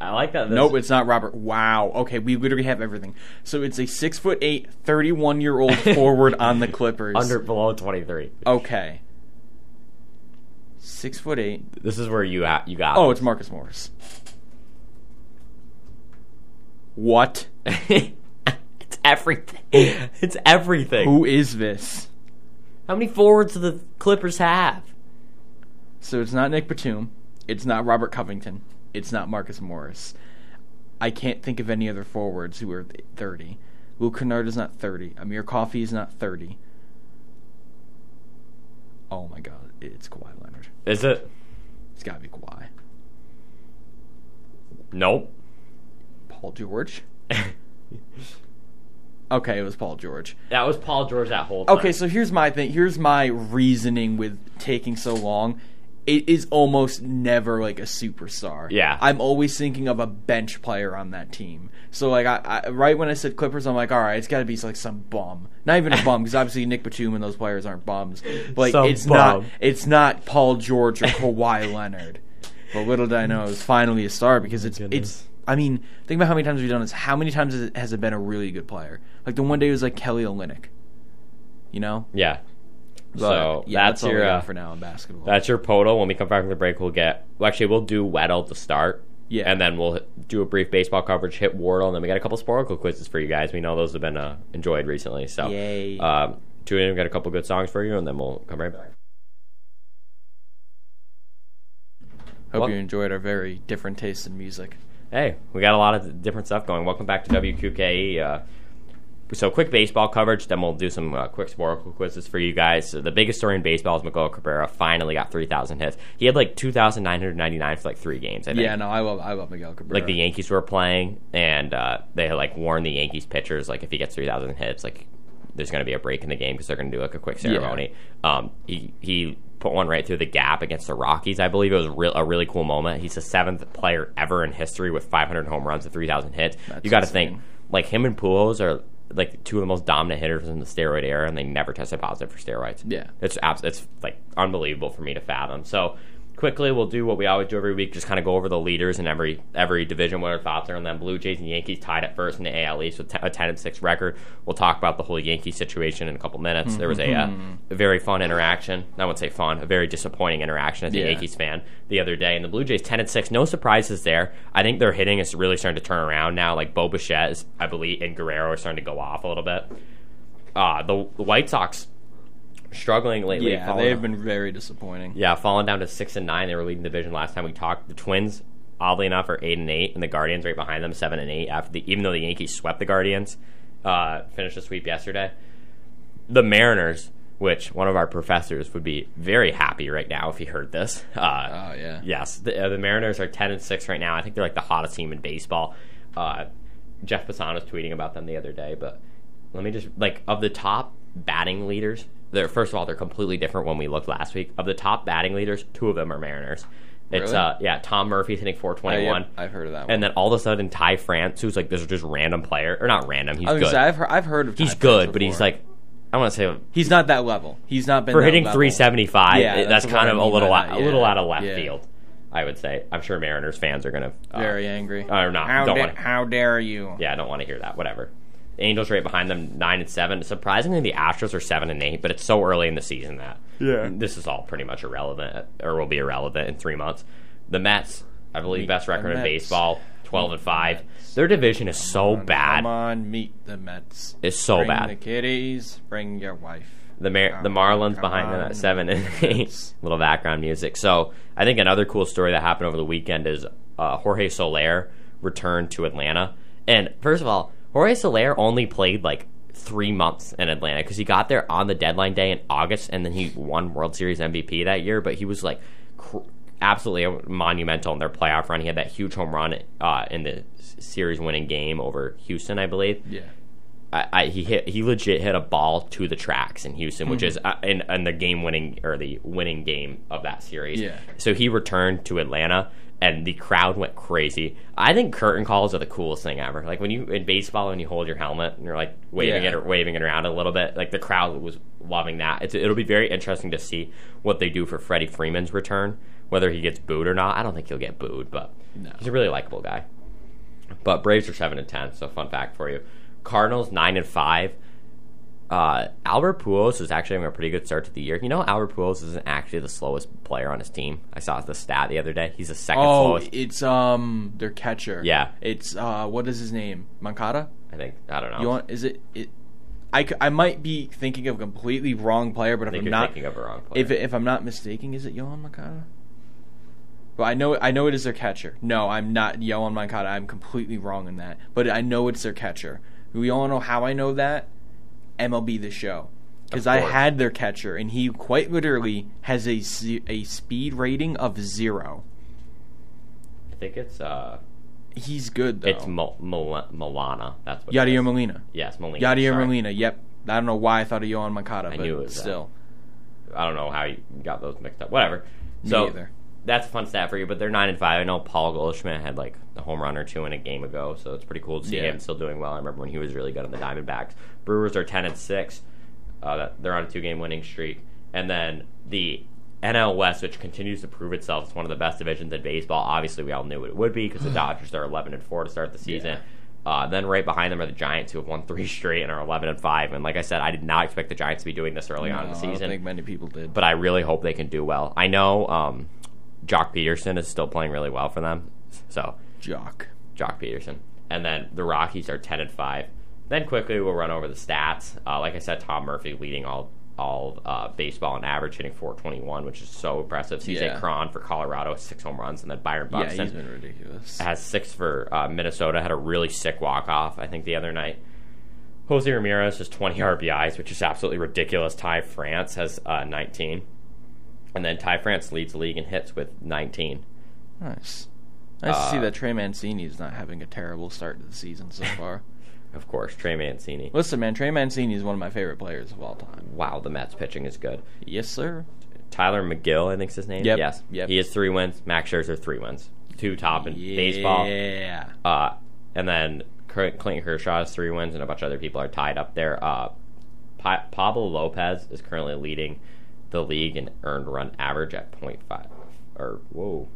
I like that. This,
Nope, it's not Robert. Wow. Okay, we literally have everything. So it's a six foot eight, 31 year old forward on the Clippers.
under below twenty three.
Okay. Six foot eight.
This is where you at, you got.
Oh, it's Marcus Morris. What? [LAUGHS]
it's [LAUGHS] everything. It's everything.
Who is this?
How many forwards do the Clippers have?
So it's not Nick Batum. It's not Robert Covington. It's not Marcus Morris. I can't think of any other forwards who are th- 30. Luke Kennard is not 30. Amir Coffey is not 30. Oh my god, it's Kawhi Leonard.
Is it?
It's gotta be Kawhi.
Nope. [LAUGHS]
Paul George? Okay, it was Paul George.
that was Paul George that whole time.
Okay, so here's my thing. Here's my reasoning with taking so long. It is almost never like a superstar.
Yeah.
I'm always thinking of a bench player on that team. So like, I, I right when I said Clippers, I'm like, all right, it's got to be like some bum. Not even a bum because obviously Nick Batum and those players aren't bums. But like,
Some
it's not
bum.
it's not Paul George or Kawhi [LAUGHS] Leonard. But little did I know it was finally a star because it's
Goodness.
it's. I mean, think about how many times we've done this. How many times has it, has it been a really good player? Like the one day it was like Kelly Olynyk. You know,
yeah. so
yeah,
that's,
that's, all we
your
got
uh,
for now in basketball.
that's your podal. When we come back from the break, we'll get. Well, actually, we'll do Weddle to start.
Yeah.
And then we'll do a brief baseball coverage, hit Wardle, and then we got a couple sporadical quizzes for you guys. We know those have been uh, enjoyed recently. So
Yay.
Um, tune in. We've got a couple good songs for you, and then we'll come right back.
Hope
Well-
you enjoyed our very different taste in music.
Hey, we got a lot of different stuff going. Welcome back to WQKE. Uh, so, quick baseball coverage, then we'll do some uh, quick sporadical quizzes for you guys. So the biggest story in baseball is Miguel Cabrera finally got 3,000 hits. He had like 2,999 for like three games, I think.
Yeah, no, I love I love Miguel Cabrera.
Like the Yankees were playing, and uh, they had like warned the Yankees pitchers, like if he gets 3,000 hits, like there's going to be a break in the game because they're going to do like a quick ceremony. Um, he, he put one right through the gap against the Rockies. I believe it was real, a really cool moment. He's the seventh player ever in history with 500 home runs and 3,000 hits. you got to think,
insane.
like him and Pujols are like two of the most dominant hitters in the steroid era, and they never tested positive for steroids.
Yeah.
it's abs- it's like unbelievable for me to fathom. So quickly, we'll do what we always do every week, just kind of go over the leaders in every every division, what our thoughts are on them. Blue Jays and Yankees tied at first in the AL East with t- a ten and six record. We'll talk about the whole Yankee situation in a couple minutes. There was a, uh, a very fun interaction. I wouldn't say fun, a very disappointing interaction as a
Yeah.
Yankees fan the other day. And the Blue Jays ten and six, no surprises there. I think their hitting is really starting to turn around now. Like Bo Bichette, is, I believe, and Guerrero are starting to go off a little bit. Uh, the, the White Sox struggling lately.
yeah,
falling
they
off.
have been very disappointing.
Yeah, falling down to six and nine. They were leading the division last time we talked. The Twins, oddly enough, are eight and eight, and the Guardians right behind them, seven and eight. After the, even though the Yankees swept the Guardians, uh, finished the sweep yesterday. The Mariners, which one of our professors would be very happy right now if he heard this. Uh,
Oh yeah.
Yes, the, uh, the Mariners are ten and six right now. I think they're like the hottest team in baseball. Uh, Jeff Passan was tweeting about them the other day, but let me just like of the top batting leaders. They're first of all they're completely different when we looked last week. Of the top batting leaders, two of them are Mariners. It's
Really?
uh yeah Tom Murphy's hitting four
Oh,
twenty
yeah,
one,
I've heard of that one.
and then all of a sudden Ty France, who's like this is just random player or not random, he's
I was
good.
gonna say, I've heard I've heard of
he's
Oh, Ty
good,
Prince
but he's
before.
like I want to say
he's not that level. He's not been
for
that
hitting
level.
375
Yeah,
it- that's,
that's what
kind
I
of a
mean by
little
that,
out, a
yeah.
little out of left
Yeah.
field i would say i'm sure mariners fans are gonna uh,
Very angry.
or not
How,
don't
da-
want to
how dare you?
yeah i don't want to hear that whatever the angels right behind them 9 and 7 surprisingly the astros are 7 and 8 but it's so early in the season that
Yeah.
this is all pretty much irrelevant or will be irrelevant in three months the mets i believe best record in
Mets.
baseball 12 and 5 their division is so
Come
bad
on, meet the Mets.
it's so
bring
bad
the kitties. Bring your wife.
the Mar- the Marlins
come
behind them
on.
at seven and eight. [LAUGHS] Little background music. So I think another cool story that happened over the weekend is uh, Jorge Soler returned to Atlanta. And first of all, Jorge Soler only played like three months in Atlanta because he got there on the deadline day in August, and then he won World Series MVP that year. But he was like. Cr- Absolutely monumental in their playoff run. He had that huge home run uh, in the series winning game over Houston, I believe.
[LAUGHS] Yeah.
I, I, he hit he legit hit a ball to the tracks in Houston,
Hmm.
which is uh, in, in the game winning or the winning game of that series.
Yeah.
So he returned to Atlanta, and the crowd went crazy. I think curtain calls are the coolest thing ever. Like when you in baseball and you hold your helmet and you're like waving
Yeah.
it or waving it around a little bit, like the crowd was loving that. It's, it'll be very interesting to see what they do for Freddie Freeman's return, whether he gets booed or not. I don't think he'll get booed, but
No.
He's a really likable guy. But Braves are seven and ten. So fun fact for you: Cardinals nine and five. Uh, Albert Pujols is actually having a pretty good start to the year. You know, Albert Pujols isn't actually the slowest player on his team. I saw the stat the other day. He's the second
Oh,
slowest.
it's um their catcher.
Yeah.
It's uh what is his name? Mancada?
I think I don't know.
You want is it it I, c- I might be thinking of a completely wrong player, but
I
if
think
I'm
you're
not
thinking of a wrong player.
if if I'm not mistaken, is it Yohan Mancada? Well, I know I know it is their catcher. No, I'm not Yohan Mancada. I'm completely wrong in that. But I know it's their catcher. We all know how I know that. MLB the show. Because
Of
I
course.
had their catcher, and he quite literally has a, ze- a speed rating of zero.
I think it's uh,
He's good, though.
it's Mo- Mil- Milana. That's what. it
Yadier
is.
Molina.
Yes, Molina.
Yadier
sorry.
Molina, yep. I don't know why I thought of Yohan Mancada,
I
but
knew it was that.
still.
I don't know how you got those mixed up. Whatever.
Me
so
either.
that's a fun stat for you. But they're nine and five. I know Paul Goldschmidt had like a home run or two in a game ago, so it's pretty cool to see
Yeah.
him still doing well. I remember when he was really good on the Diamondbacks. Brewers are ten and six. Uh, that- they're on a two-game winning streak, and then the NL West, which continues to prove itself, it's one of the best divisions in baseball. Obviously, we all knew it would be because
[SIGHS]
the Dodgers are eleven and four to start the season.
Yeah.
Uh, then right behind them are the Giants, who have won three [LAUGHS] straight and are eleven and five. And like I said, I did not expect the Giants to be doing this early on in the
No, Uh, I don't
season
think many people did.
but I really hope they can do well. I know um, Jock Peterson is still playing really well for them, so
Jock.
Jock Peterson. And then the Rockies are ten and five. Then quickly we'll run over the stats. Uh, like I said, Tom Murphy leading all all uh, baseball in average, hitting 421, which is so impressive. CJ
Yeah.
Cron for Colorado, six home runs, and then Byron
Yeah,
Buxton
he's been ridiculous.
has six for uh, Minnesota. Had a really sick walk off, I think, the other night. Jose Ramirez has 20 RBIs, which is absolutely ridiculous. Ty France has uh, 19. And then Ty France leads the league in hits with 19.
Nice. Nice to
Uh,
see that Trey Mancini is not having a terrible start to the season so far. [LAUGHS]
Of course, Trey Mancini.
Listen, man, Trey Mancini is one of my favorite players of all time.
Wow, the Mets pitching is good.
Yes, sir.
Tyler McGill, I think's his name.
Yep,
Yes.
yep.
He has three wins. Max Scherzer, three wins. Two top in
yeah.
baseball.
Yeah.
Uh, and then Cl- Clayton Kershaw has three wins, and a bunch of other people are tied up there. Uh, pa- Pablo Lopez is currently leading the league in earned run average at 0.5, or whoa,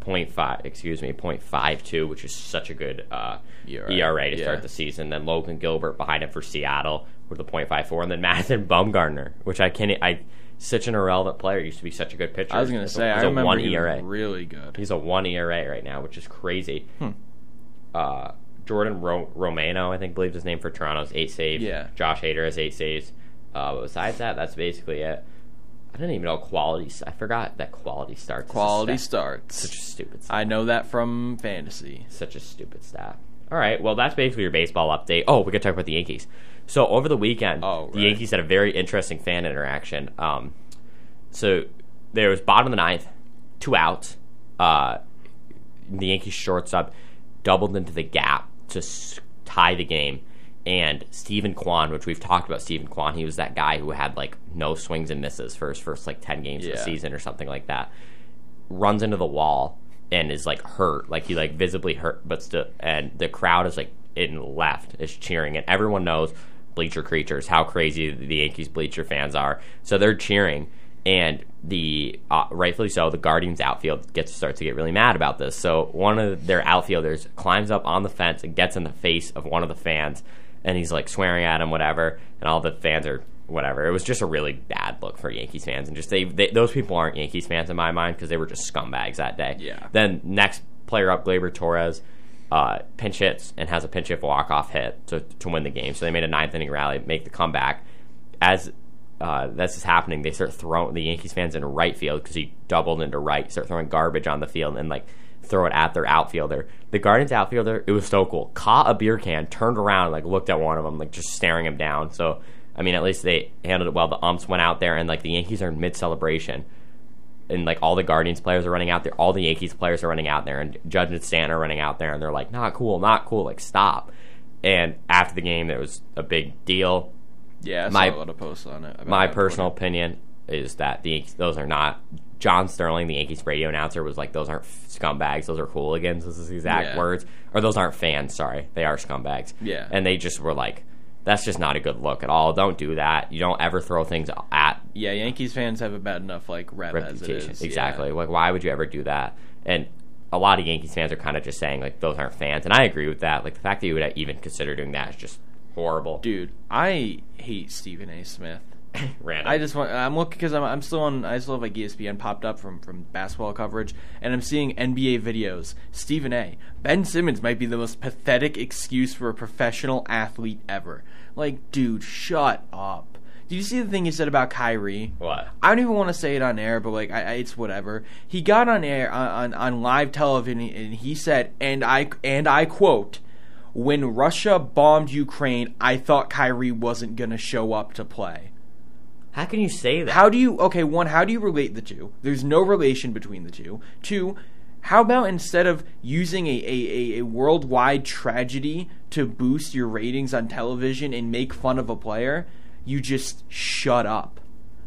0.5, excuse me, 0.52, which is such a good uh,
ERA,
ERA, to
E yeah.
start the season. Then Logan Gilbert behind him for Seattle with a 0.54, and then Madison Bumgarner, which I can't, I such an irrelevant player, used to be such a good pitcher.
I was gonna
He's a-
say, I
he's a
remember
one
he
ERA.
was really good.
He's a one ERA right now, which is crazy.
Hmm.
Uh, Jordan Ro- Romano, I think, believes his name for Toronto's eight saves.
Yeah.
Josh Hader has eight saves. Uh, but besides that, that's basically it. I didn't even know quality. I forgot that quality starts. is a
Quality
stat.
starts.
Such a stupid. Stat.
I know that from fantasy.
Such a stupid stat. All right. Well, that's basically your baseball update. Oh, we could talk about the Yankees. So over the weekend,
Oh,
the
right.
Yankees had a very interesting fan interaction. Um, so there was bottom of the ninth, two outs. Uh, the Yankees shortstop doubled into the gap to s- tie the game. And Stephen Kwan, which we've talked about, Stephen Kwan, he was that guy who had like no swings and misses for his first like ten games of
Yeah.
the season or something like that. Runs into the wall and is like hurt, like he like visibly hurt, but still. And the crowd is like in left is cheering, and everyone knows bleacher creatures how crazy the Yankees bleacher fans are. So they're cheering, and the uh, rightfully so, the Guardians outfield gets starts to get really mad about this. So one of their outfielders climbs up on the fence and gets in the face of one of the fans, and he's like swearing at him, whatever. And all the fans are whatever. It was just a really bad look for Yankees fans, and just they, they those people aren't Yankees fans in my mind because they were just scumbags that day.
Yeah.
Then next player up, Glaber Torres. Uh, pinch hits and has a pinch hit walk off hit to, to win the game. So they made a ninth inning rally, make the comeback. As uh, this is happening, they start throwing the Yankees fans into right field because he doubled into right, start throwing garbage on the field and like throw it at their outfielder. The Guardians outfielder, it was so cool, caught a beer can, turned around, and, like looked at one of them, like just staring him down. So I mean, at least they handled it well. The umps went out there and like the Yankees are in mid celebration. And like all the Guardians players are running out there, all the Yankees players are running out there, and Judge and Stan are running out there, and they're like, "Not cool, not cool, like stop." And after the game, there was a big deal
Yeah, I saw
My-
a lot of posts on it. about
my
that.
personal opinion is that the Yankees, those are not. John Sterling, the Yankees radio announcer, was like, "Those aren't scumbags. Those are hooligans." This is his exact
Yeah.
words, or those aren't fans. Sorry, they are scumbags.
Yeah.
and they just were like, "That's just not a good look at all. Don't do that. You don't ever throw things at
Yeah, Yankees fans have a bad enough like rep as it
reputation.
is.
Exactly.
Yeah.
Like, why would you ever do that? And a lot of Yankees fans are kind of just saying like those aren't fans, and I agree with that. Like the fact that you would even consider doing that is just horrible.
Dude, I hate Stephen A. Smith.
Random.
I just want. I'm looking because I'm, I'm still on. I still have like E ESPN popped up from from basketball coverage, and I'm seeing NBA videos. Stephen A. Ben Simmons might be the most pathetic excuse for a professional athlete ever. Like, dude, shut up. Did you see the thing he said about Kyrie?
what?
I don't even want to say it on air, but like, I, I, it's whatever. He got on air on, on, on live television, and he said, and I and I quote, "When Russia bombed Ukraine, I thought Kyrie wasn't gonna show up to play."
How can you say that?
How do you okay? One, how do you relate the two? There's no relation between the two. Two, how about instead of using a, a, a, a worldwide tragedy to boost your ratings on television and make fun of a player, you just shut up.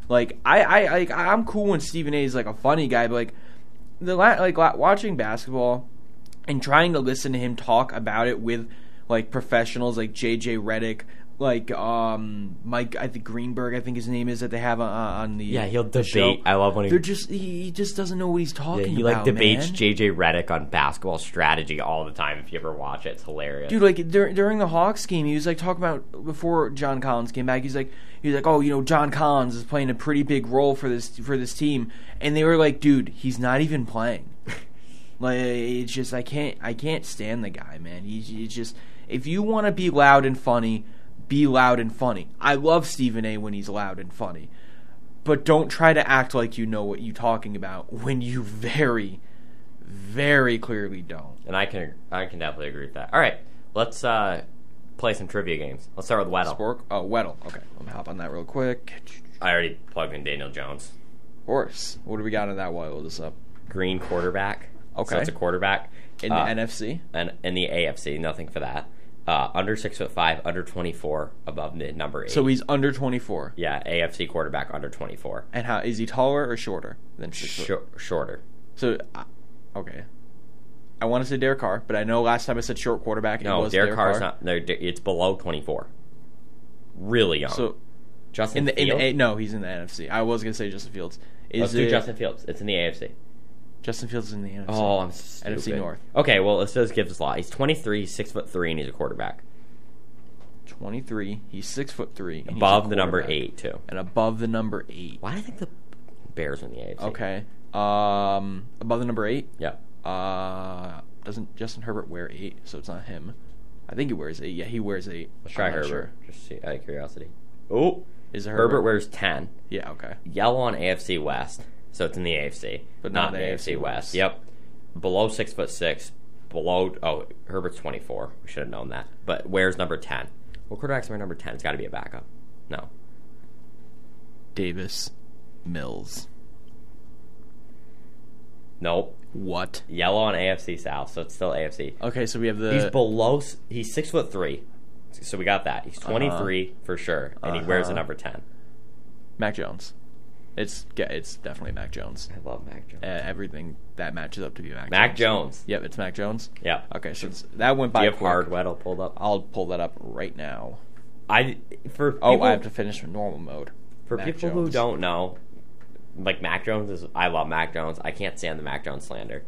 Like I I like I'm cool when Stephen A. is like a funny guy, but like the la- like la- watching basketball and trying to listen to him talk about it with like professionals like JJ Redick, like um Mike I think Greenberg I think his name is that they have on, on the
yeah, he'll
the
debate.
show.
I love when he
They're just he, he just doesn't know what he's
yeah,
talking
he like
about.
debates
man.
JJ Redick on basketball strategy all the time. If you ever watch it, it's hilarious.
Dude, like dur- during the Hawks game, he was like talking about before John Collins came back. He's like, he's like, oh, you know, John Collins is playing a pretty big role for this for this team, and they were like, dude, he's not even playing. like it's just I can't I can't stand the guy, man. He's, he's just if you want to be loud and funny, be loud and funny. I love Stephen A. when he's loud and funny, but don't try to act like you know what you're talking about when you very, very clearly don't.
and I can I can definitely agree with that. All right, let's uh, play some trivia games. Let's start with Weddle.
Spork? Oh, Weddle. Okay, let me hop on that real quick.
I already plugged in Daniel Jones,
Horse. What do we got on that while I load this up?
green quarterback.
Okay.
so it's a quarterback
In
Uh,
the NFC?
and in the AFC, nothing for that. Uh, under six foot five, under twenty four, above the number eight.
So he's under 24.
yeah, AFC quarterback under twenty four,
And how is he taller or shorter than six foot?
shorter.
So, I- okay. I want to say Derek Carr, but I know last time I said short quarterback. it
No,
was
Derek, Carr's
Carr.
not. No, Der- it's below twenty four. Really young.
So
Oh. Justin
in the, in
Fields.
the A- no, he's in the NFC. I was gonna say Justin Fields. Is
let's
it,
do Justin Fields. It's in the AFC.
Justin Fields is in the NFC?
Oh, I'm stupid.
NFC North.
Okay, well, let's just give this law. He's 23, six foot three, and he's a quarterback.
23. He's six foot three. and he's a
Above the number
quarterback.
eight too.
And above the number eight.
Why do I think the Bears win the AFC?
Okay. Um, above the number eight.
Yeah.
Uh, doesn't Justin Herbert wear eight? So it's not him. I think he wears eight. Yeah, he wears eight.
Let's try
I'm not
Herbert.
sure.
Just see, out of curiosity. Oh,
Is it
Herbert.
Herbert?
wears ten.
Yeah. Okay.
Yellow on AFC West, so it's in the AFC,
But
not
not
in the
the
AFC
AFC
West.
West.
Yep. Below six foot six. Below. Oh, Herbert's 24. We should have known that. But where's number 10? Well, quarterback's wear number 10. It's got to be a backup. No.
Davis, Mills.
Nope.
What?
Yellow on AFC South, so it's still AFC.
Okay, so we have the
He's below. s- He's six foot three, so we got that. He's twenty for sure, and he wears the
Uh-huh.
number ten.
Mac Jones. It's yeah, it's definitely Mac Jones.
I love Mac Jones.
Uh, everything that matches up to be Mac.
Mac
Jones.
Jones.
Yep, it's Mac Jones.
Yeah.
Okay, so it's- that went
Do
by.
you have
quick.
Hardwettle pulled up?
I'll pull that up right now.
I for
Oh,
people,
I have to finish with normal mode.
for
Mac
people who
Jones.
don't know, like Mac Jones is. I love Mac Jones. I can't stand the Mac Jones slander.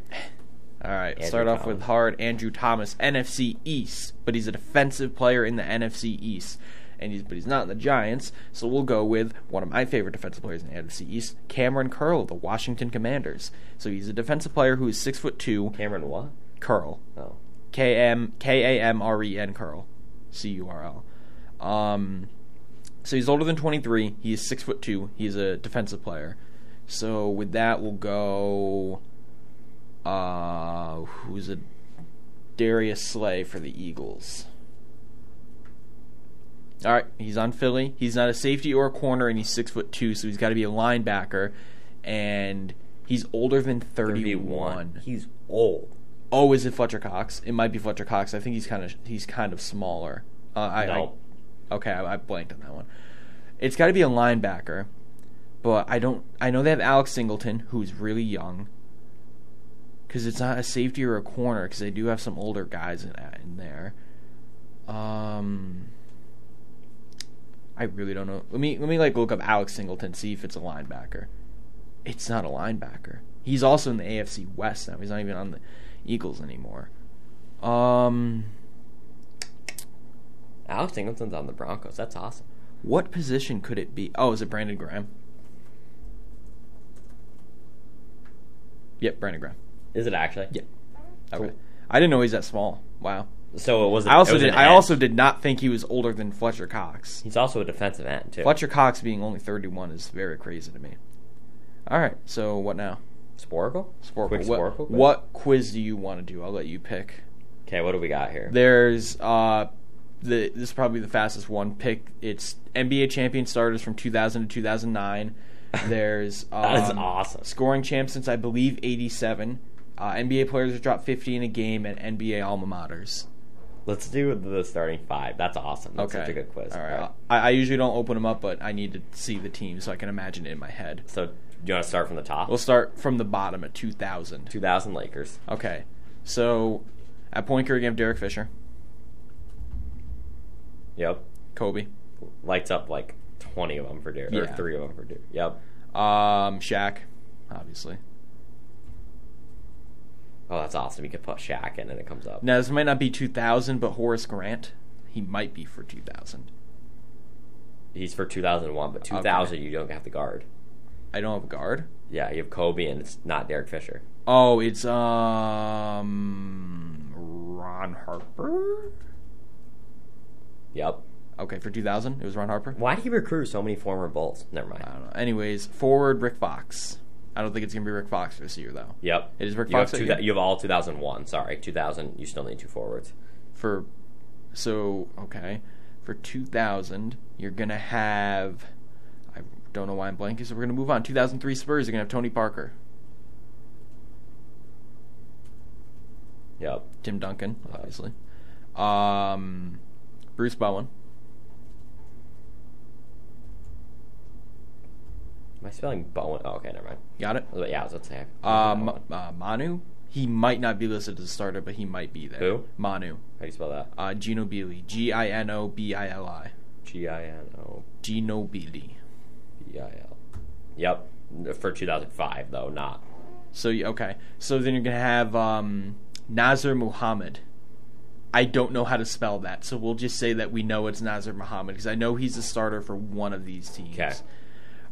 All right,
Andrew
start off with
Thomas.
hard Andrew Thomas, NFC East, but he's a defensive player in the NFC East, and he's but he's not in the Giants, so we'll go with one of my favorite defensive players in the NFC East, Cameron Curl, the Washington Commanders. So he's a defensive player who is six foot two,
Cameron what?
Curl,
Oh,
K M K A M R E N Curl, C U R L. Um, so he's older than twenty three. He is six foot two. He's a defensive player. So with that, we'll go. Uh, who's a Darius Slay for the Eagles? All right, he's on Philly. He's not a safety or a corner, and he's six foot two, so he's got to be a linebacker. And he's older than thirty-one.
thirty-one. He's old.
Oh, is it Fletcher Cox? It might be Fletcher Cox. I think he's kind of he's kind of smaller. Uh, I,
No.
I okay, I, I blanked on that one. It's got to be a linebacker, but I don't. I know they have Alex Singleton, who's really young. Because it's not a safety or a corner, because they do have some older guys in uh, in there. Um, I really don't know. Let me let me like look up Alex Singleton, see if it's a linebacker. It's not a linebacker. He's also in the AFC West now. He's not even on the Eagles anymore. Um,
Alex Singleton's on the Broncos. That's awesome.
what position could it be? Oh, is it Brandon Graham? Yep, Brandon Graham.
Is it actually?
Yeah. Okay.
Cool.
I didn't know he's that small. Wow.
So it was.
I also
it was
did.
an
I
end.
also did not think he was older than Fletcher Cox.
He's also a defensive end too.
Fletcher Cox being only 31 is very crazy to me. All right. So what now?
Sporkle.
Sporkle.
Quick
what,
Sporkle.
what quiz do you want to do? I'll let you pick.
Okay. What do we got here?
There's uh, the this is probably the fastest one. Pick it's NBA champion starters from 2000
[LAUGHS]
to 2009. There's um,
That is awesome.
Scoring champs since I believe 87. Uh, NBA players who dropped 50 in a game and NBA alma maters.
Let's do the starting five. That's awesome. That's such a good quiz.
All right.
All right.
I, I usually don't open them up, but I need to see the team so I can imagine it in my head.
So do you want to start from the top?
We'll start from the bottom at 2000.
2000 Lakers.
Okay. So at point guard, you have Derek Fisher,
Yep.
Kobe,
Lights up like 20 of them for Duke,
Yeah.
or three of them for Duke. Yep.
um, Shaq, obviously.
Oh, that's awesome. You could put Shaq in and it comes up.
Now, this might not be 2000, but Horace Grant, he might be for 2000.
He's for 2001, but 2000 you don't have the guard.
I don't have a guard.
Yeah, you have Kobe and it's not Derek Fisher.
Oh, it's um Ron Harper.
Yep.
Okay, for 2000, it was Ron Harper.
Why do you recruit so many former Bulls? Never mind.
I don't know. Anyways, forward Rick Fox. I don't think it's gonna be Rick Fox this year though.
Yep.
It is Rick
you have,
Fox that
two,
year?
you have all 2001. Sorry, 2000. You still need two forwards.
For so okay, for two thousand, you're gonna have. I don't know why I'm blanking, so we're gonna move on. Two thousand three Spurs. You're gonna have Tony Parker,
Yep.
Tim Duncan, obviously, um, Bruce Bowen.
Am I spelling Bowen? Oh, okay, never mind.
Got it.
But yeah, I was about to say.
Um, uh, Manu. He might not be listed as a starter, but he might be there.
Who?
Manu.
How do you spell that?
Uh, Gino Bili. G I N O B I L I.
G I N O
Gino Bili.
B I L. Yep. For 2005, though, not.
So you- okay, so then you're gonna have um, Nazir Muhammad. I don't know how to spell that, so we'll just say that we know it's Nazir Muhammad because I know he's a starter for one of these teams.
Okay.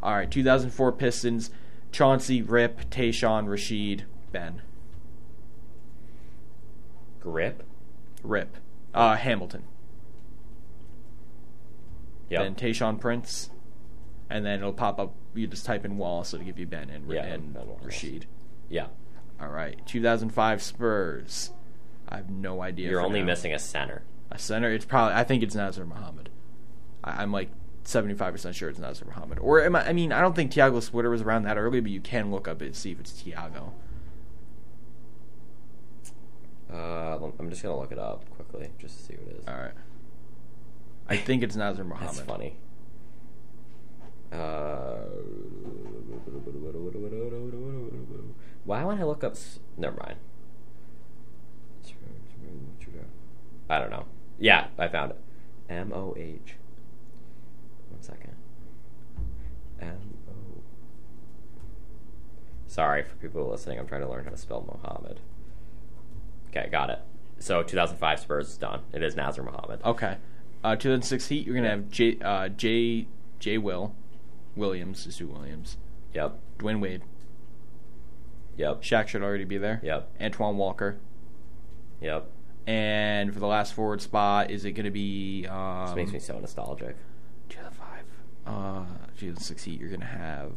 All right, 2004 Pistons, Chauncey, Rip, Tayshawn, Rashid, Ben,
Grip?
Rip, uh, Hamilton,
Yep.
then Tayshawn Prince, and then it'll pop up. You just type in Wallace, it'll give you Ben and,
Yeah,
and
Ben Wallace.
Rashid.
yeah.
All right, 2005 Spurs. I have no idea.
You're
for
only
now.
missing a center.
a center. It's probably I think it's Nazir Muhammad. I, I'm like seventy five percent sure it's Nazir Muhammad. Or am I, I mean I don't think Tiago Splitter was around that early, but you can look up and see if it's Tiago.
Uh, l- I'm just going to look it up quickly just to see what it is.
All right. I think it's Nazir
That's
Muhammad.
funny. Uh, why would I look up. s- Never mind. I don't know. Yeah, I found it. M O H. One second. M O. Sorry for people listening. I'm trying to learn how to spell Mohammed. Okay, got it. So 2005 Spurs is done. It is Nazir Mohammed.
Okay. Uh, 2006 Heat. You're gonna have J uh, J J Will Williams, Sue Williams,
Yep.
Dwayne Wade,
Yep.
Shaq should already be there.
Yep.
Antoine Walker.
Yep.
And for the last forward spot, is it going to be? Um,
This makes me so nostalgic.
Two out of five. Uh, two out of six heat. You're gonna have.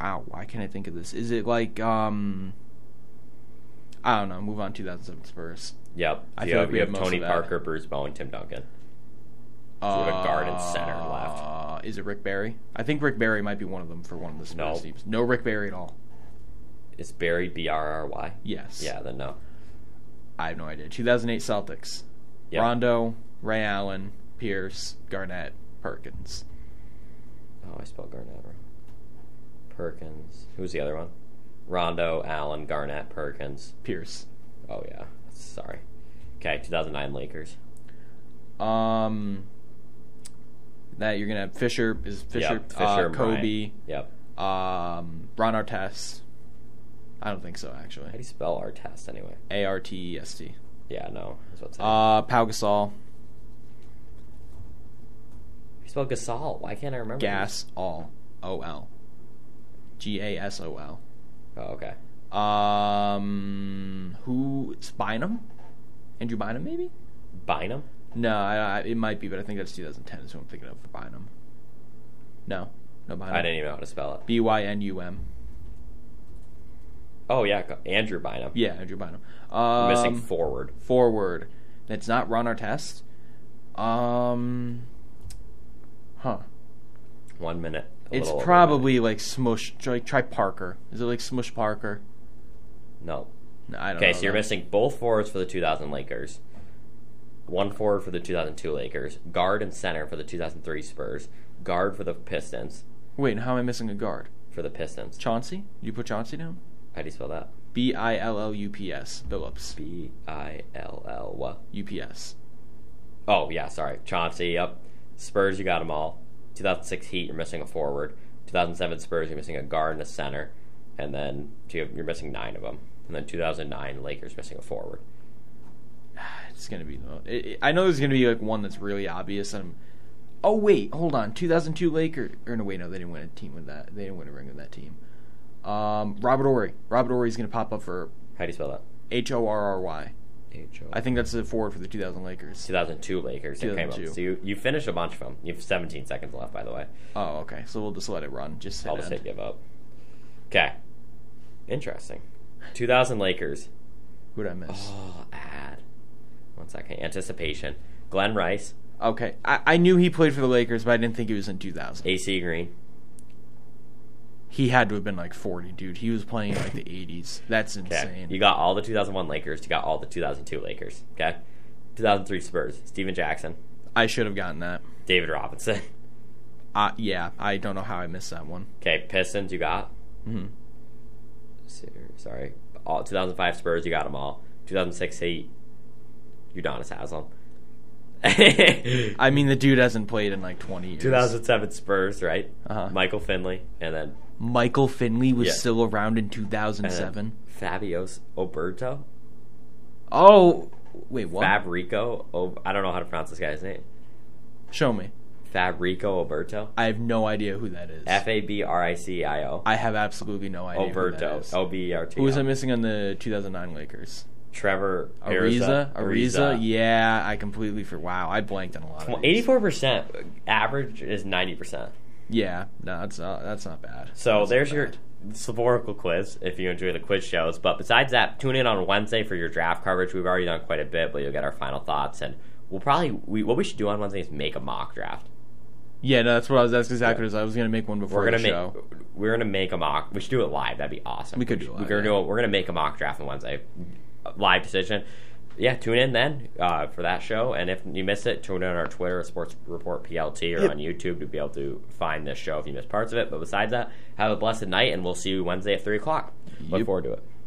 Ow! Why can't I think of this? Is it like um? I don't know. Move on. Two thousand seven Spurs.
Yep.
I
you
feel
have,
like we
you
have
have
most
Tony
of that.
Parker, Bruce Bowen, Tim Duncan.
Uh,
have a guard and center left.
Is it Rick Barry? I think Rick Barry might be one of them for one of the Spurs
No.
teams. No Rick Barry at all.
Is Barry B R R Y?
Yes.
Yeah, then no.
I have no idea. Two thousand eight Celtics.
Yep.
Rondo, Ray Allen, Pierce, Garnett, Perkins.
Oh, I spelled Garnett wrong. Perkins. Who's the other one? Rondo, Allen, Garnett, Perkins.
Pierce.
Oh, yeah. Sorry. Okay, 2009 Lakers.
Um, that you're gonna have Fisher is Fisher,
Yep,
uh,
Fisher, Bryant.
Kobe,
Yep.
Um, Ron Artest. I don't think so,
How do
actually.
you spell our test anyway?
A R T E S T.
Yeah, no. That's what I'm saying.
Uh, Pau Gasol.
you spell Gasol. Why can't I remember?
Gas all. O L. G A S O L.
Oh, okay.
Um, who Bynum? Andrew Bynum, maybe?
Bynum?
No, I, I, it might be, but I think that's 2010 is who I'm thinking of for Bynum. No, no Bynum.
I didn't even know how to spell it.
B Y N U M.
Oh, yeah. Go- Andrew Bynum.
Yeah, Andrew Bynum.
I'm
Um,
missing forward.
forward. That's not Ron Artest. Um, huh.
One minute. a
It's
little over a minute.
probably like Smush. Try, try Parker. Is it like Smush Parker?
No.
No, I don't know.
Okay, so you're
though.
missing both forwards for the 2000 Lakers, one forward for the 2002 Lakers, guard and center for the 2003 Spurs, guard for the Pistons.
Wait, how am I missing a guard?
For the Pistons.
Chauncey? You put Chauncey down?
How do you spell that?
B I L L U P S. Billups.
B I L L what?
U P S. [SIGHS]
Oh yeah, sorry. Chauncey, yep. Spurs, you got them all. 2006 Heat, you're missing a forward. 2007 Spurs, you're missing a guard and a center, and then you- you're missing nine of them. And then 2009 Lakers, missing a forward.
It's gonna be. It, it, I know there's gonna be like one that's really obvious. And I'm, oh wait, hold on. 2002 Lakers. Or no, wait, no, they didn't win a team with that. They didn't win a ring with that team. Um, Robert Ory. Robert Ory's gonna pop up for
How do you spell that?
H O R R Y.
H
I
O.
think that's the forward for the 2000 Lakers.
2002 Lakers. that Came
2002.
up. So you, you finished a bunch of them. You have 17 seconds left, by the way.
Oh, okay. So we'll just let it run. Just hit
I'll just
end.
hit give up. Okay. Interesting. 2000 Lakers.
Who'd
[SIGHS]
I miss?
Oh, ad. One second. Anticipation. Glenn Rice,
Okay, I, I knew he played for the Lakers, but I didn't think he was in 2000.
AC Green.
He had to have been like 40, dude. He was playing in like the 80s. That's
Okay.
insane.
You got all the 2001 Lakers. You got all the 2002 Lakers. Okay. 2003 Spurs. Steven Jackson.
I should have gotten that.
David Robinson. [LAUGHS]
Uh, yeah, I don't know how I missed that one.
Okay. Pistons, you got.
Mm-hmm.
Ser- Sorry. All 2005 Spurs, you got them all. 2006 Heat. Udonis
[LAUGHS]
Haslam.
I mean, the dude hasn't played in like 20 years.
2007 Spurs, right?
Uh-huh.
Michael Finley, and then
Michael Finley was
Yeah.
still around in
and then
2007.
Fabios Oberto,
oh, wait, what?
Fabrico. O- I don't know how to pronounce this guy's name.
Show me.
Fabrico Oberto.
I have no idea who that is.
F A B R I C I O.
I have absolutely no idea. Who, that
Oberto.
is.
O B E R T.
who was I missing on the 2009 Lakers?
Trevor
Ariza?
Ariza.
Ariza? Yeah, I completely for Wow, I blanked on a lot of these.
Eighty-four percent average is ninety percent.
Yeah, no, that's not, that's not bad.
So
That's not
there's your
bad.
Savorical quiz if you enjoy the quiz shows. But besides that, tune in on Wednesday for your draft coverage. We've already done quite a bit, but you'll get our final thoughts. And we'll probably we, what we should do on Wednesday is make a mock draft.
Yeah, no, that's what I was. That's exactly what I was. I was gonna make one before
We're gonna
the
make
show.
we're gonna make a mock. We should do it live. That'd be awesome.
We could do it
We're
live,
gonna
yeah.
do a, We're gonna make a mock draft on Wednesday, live decision. Yeah, tune in then uh, for that show. And if you miss it, tune in on our Twitter, Sports Report PLT, or on YouTube to be able to find this show if you missed parts of it. But besides that, have a blessed night, and we'll see you Wednesday at three o'clock. Look
Yep.
forward to it.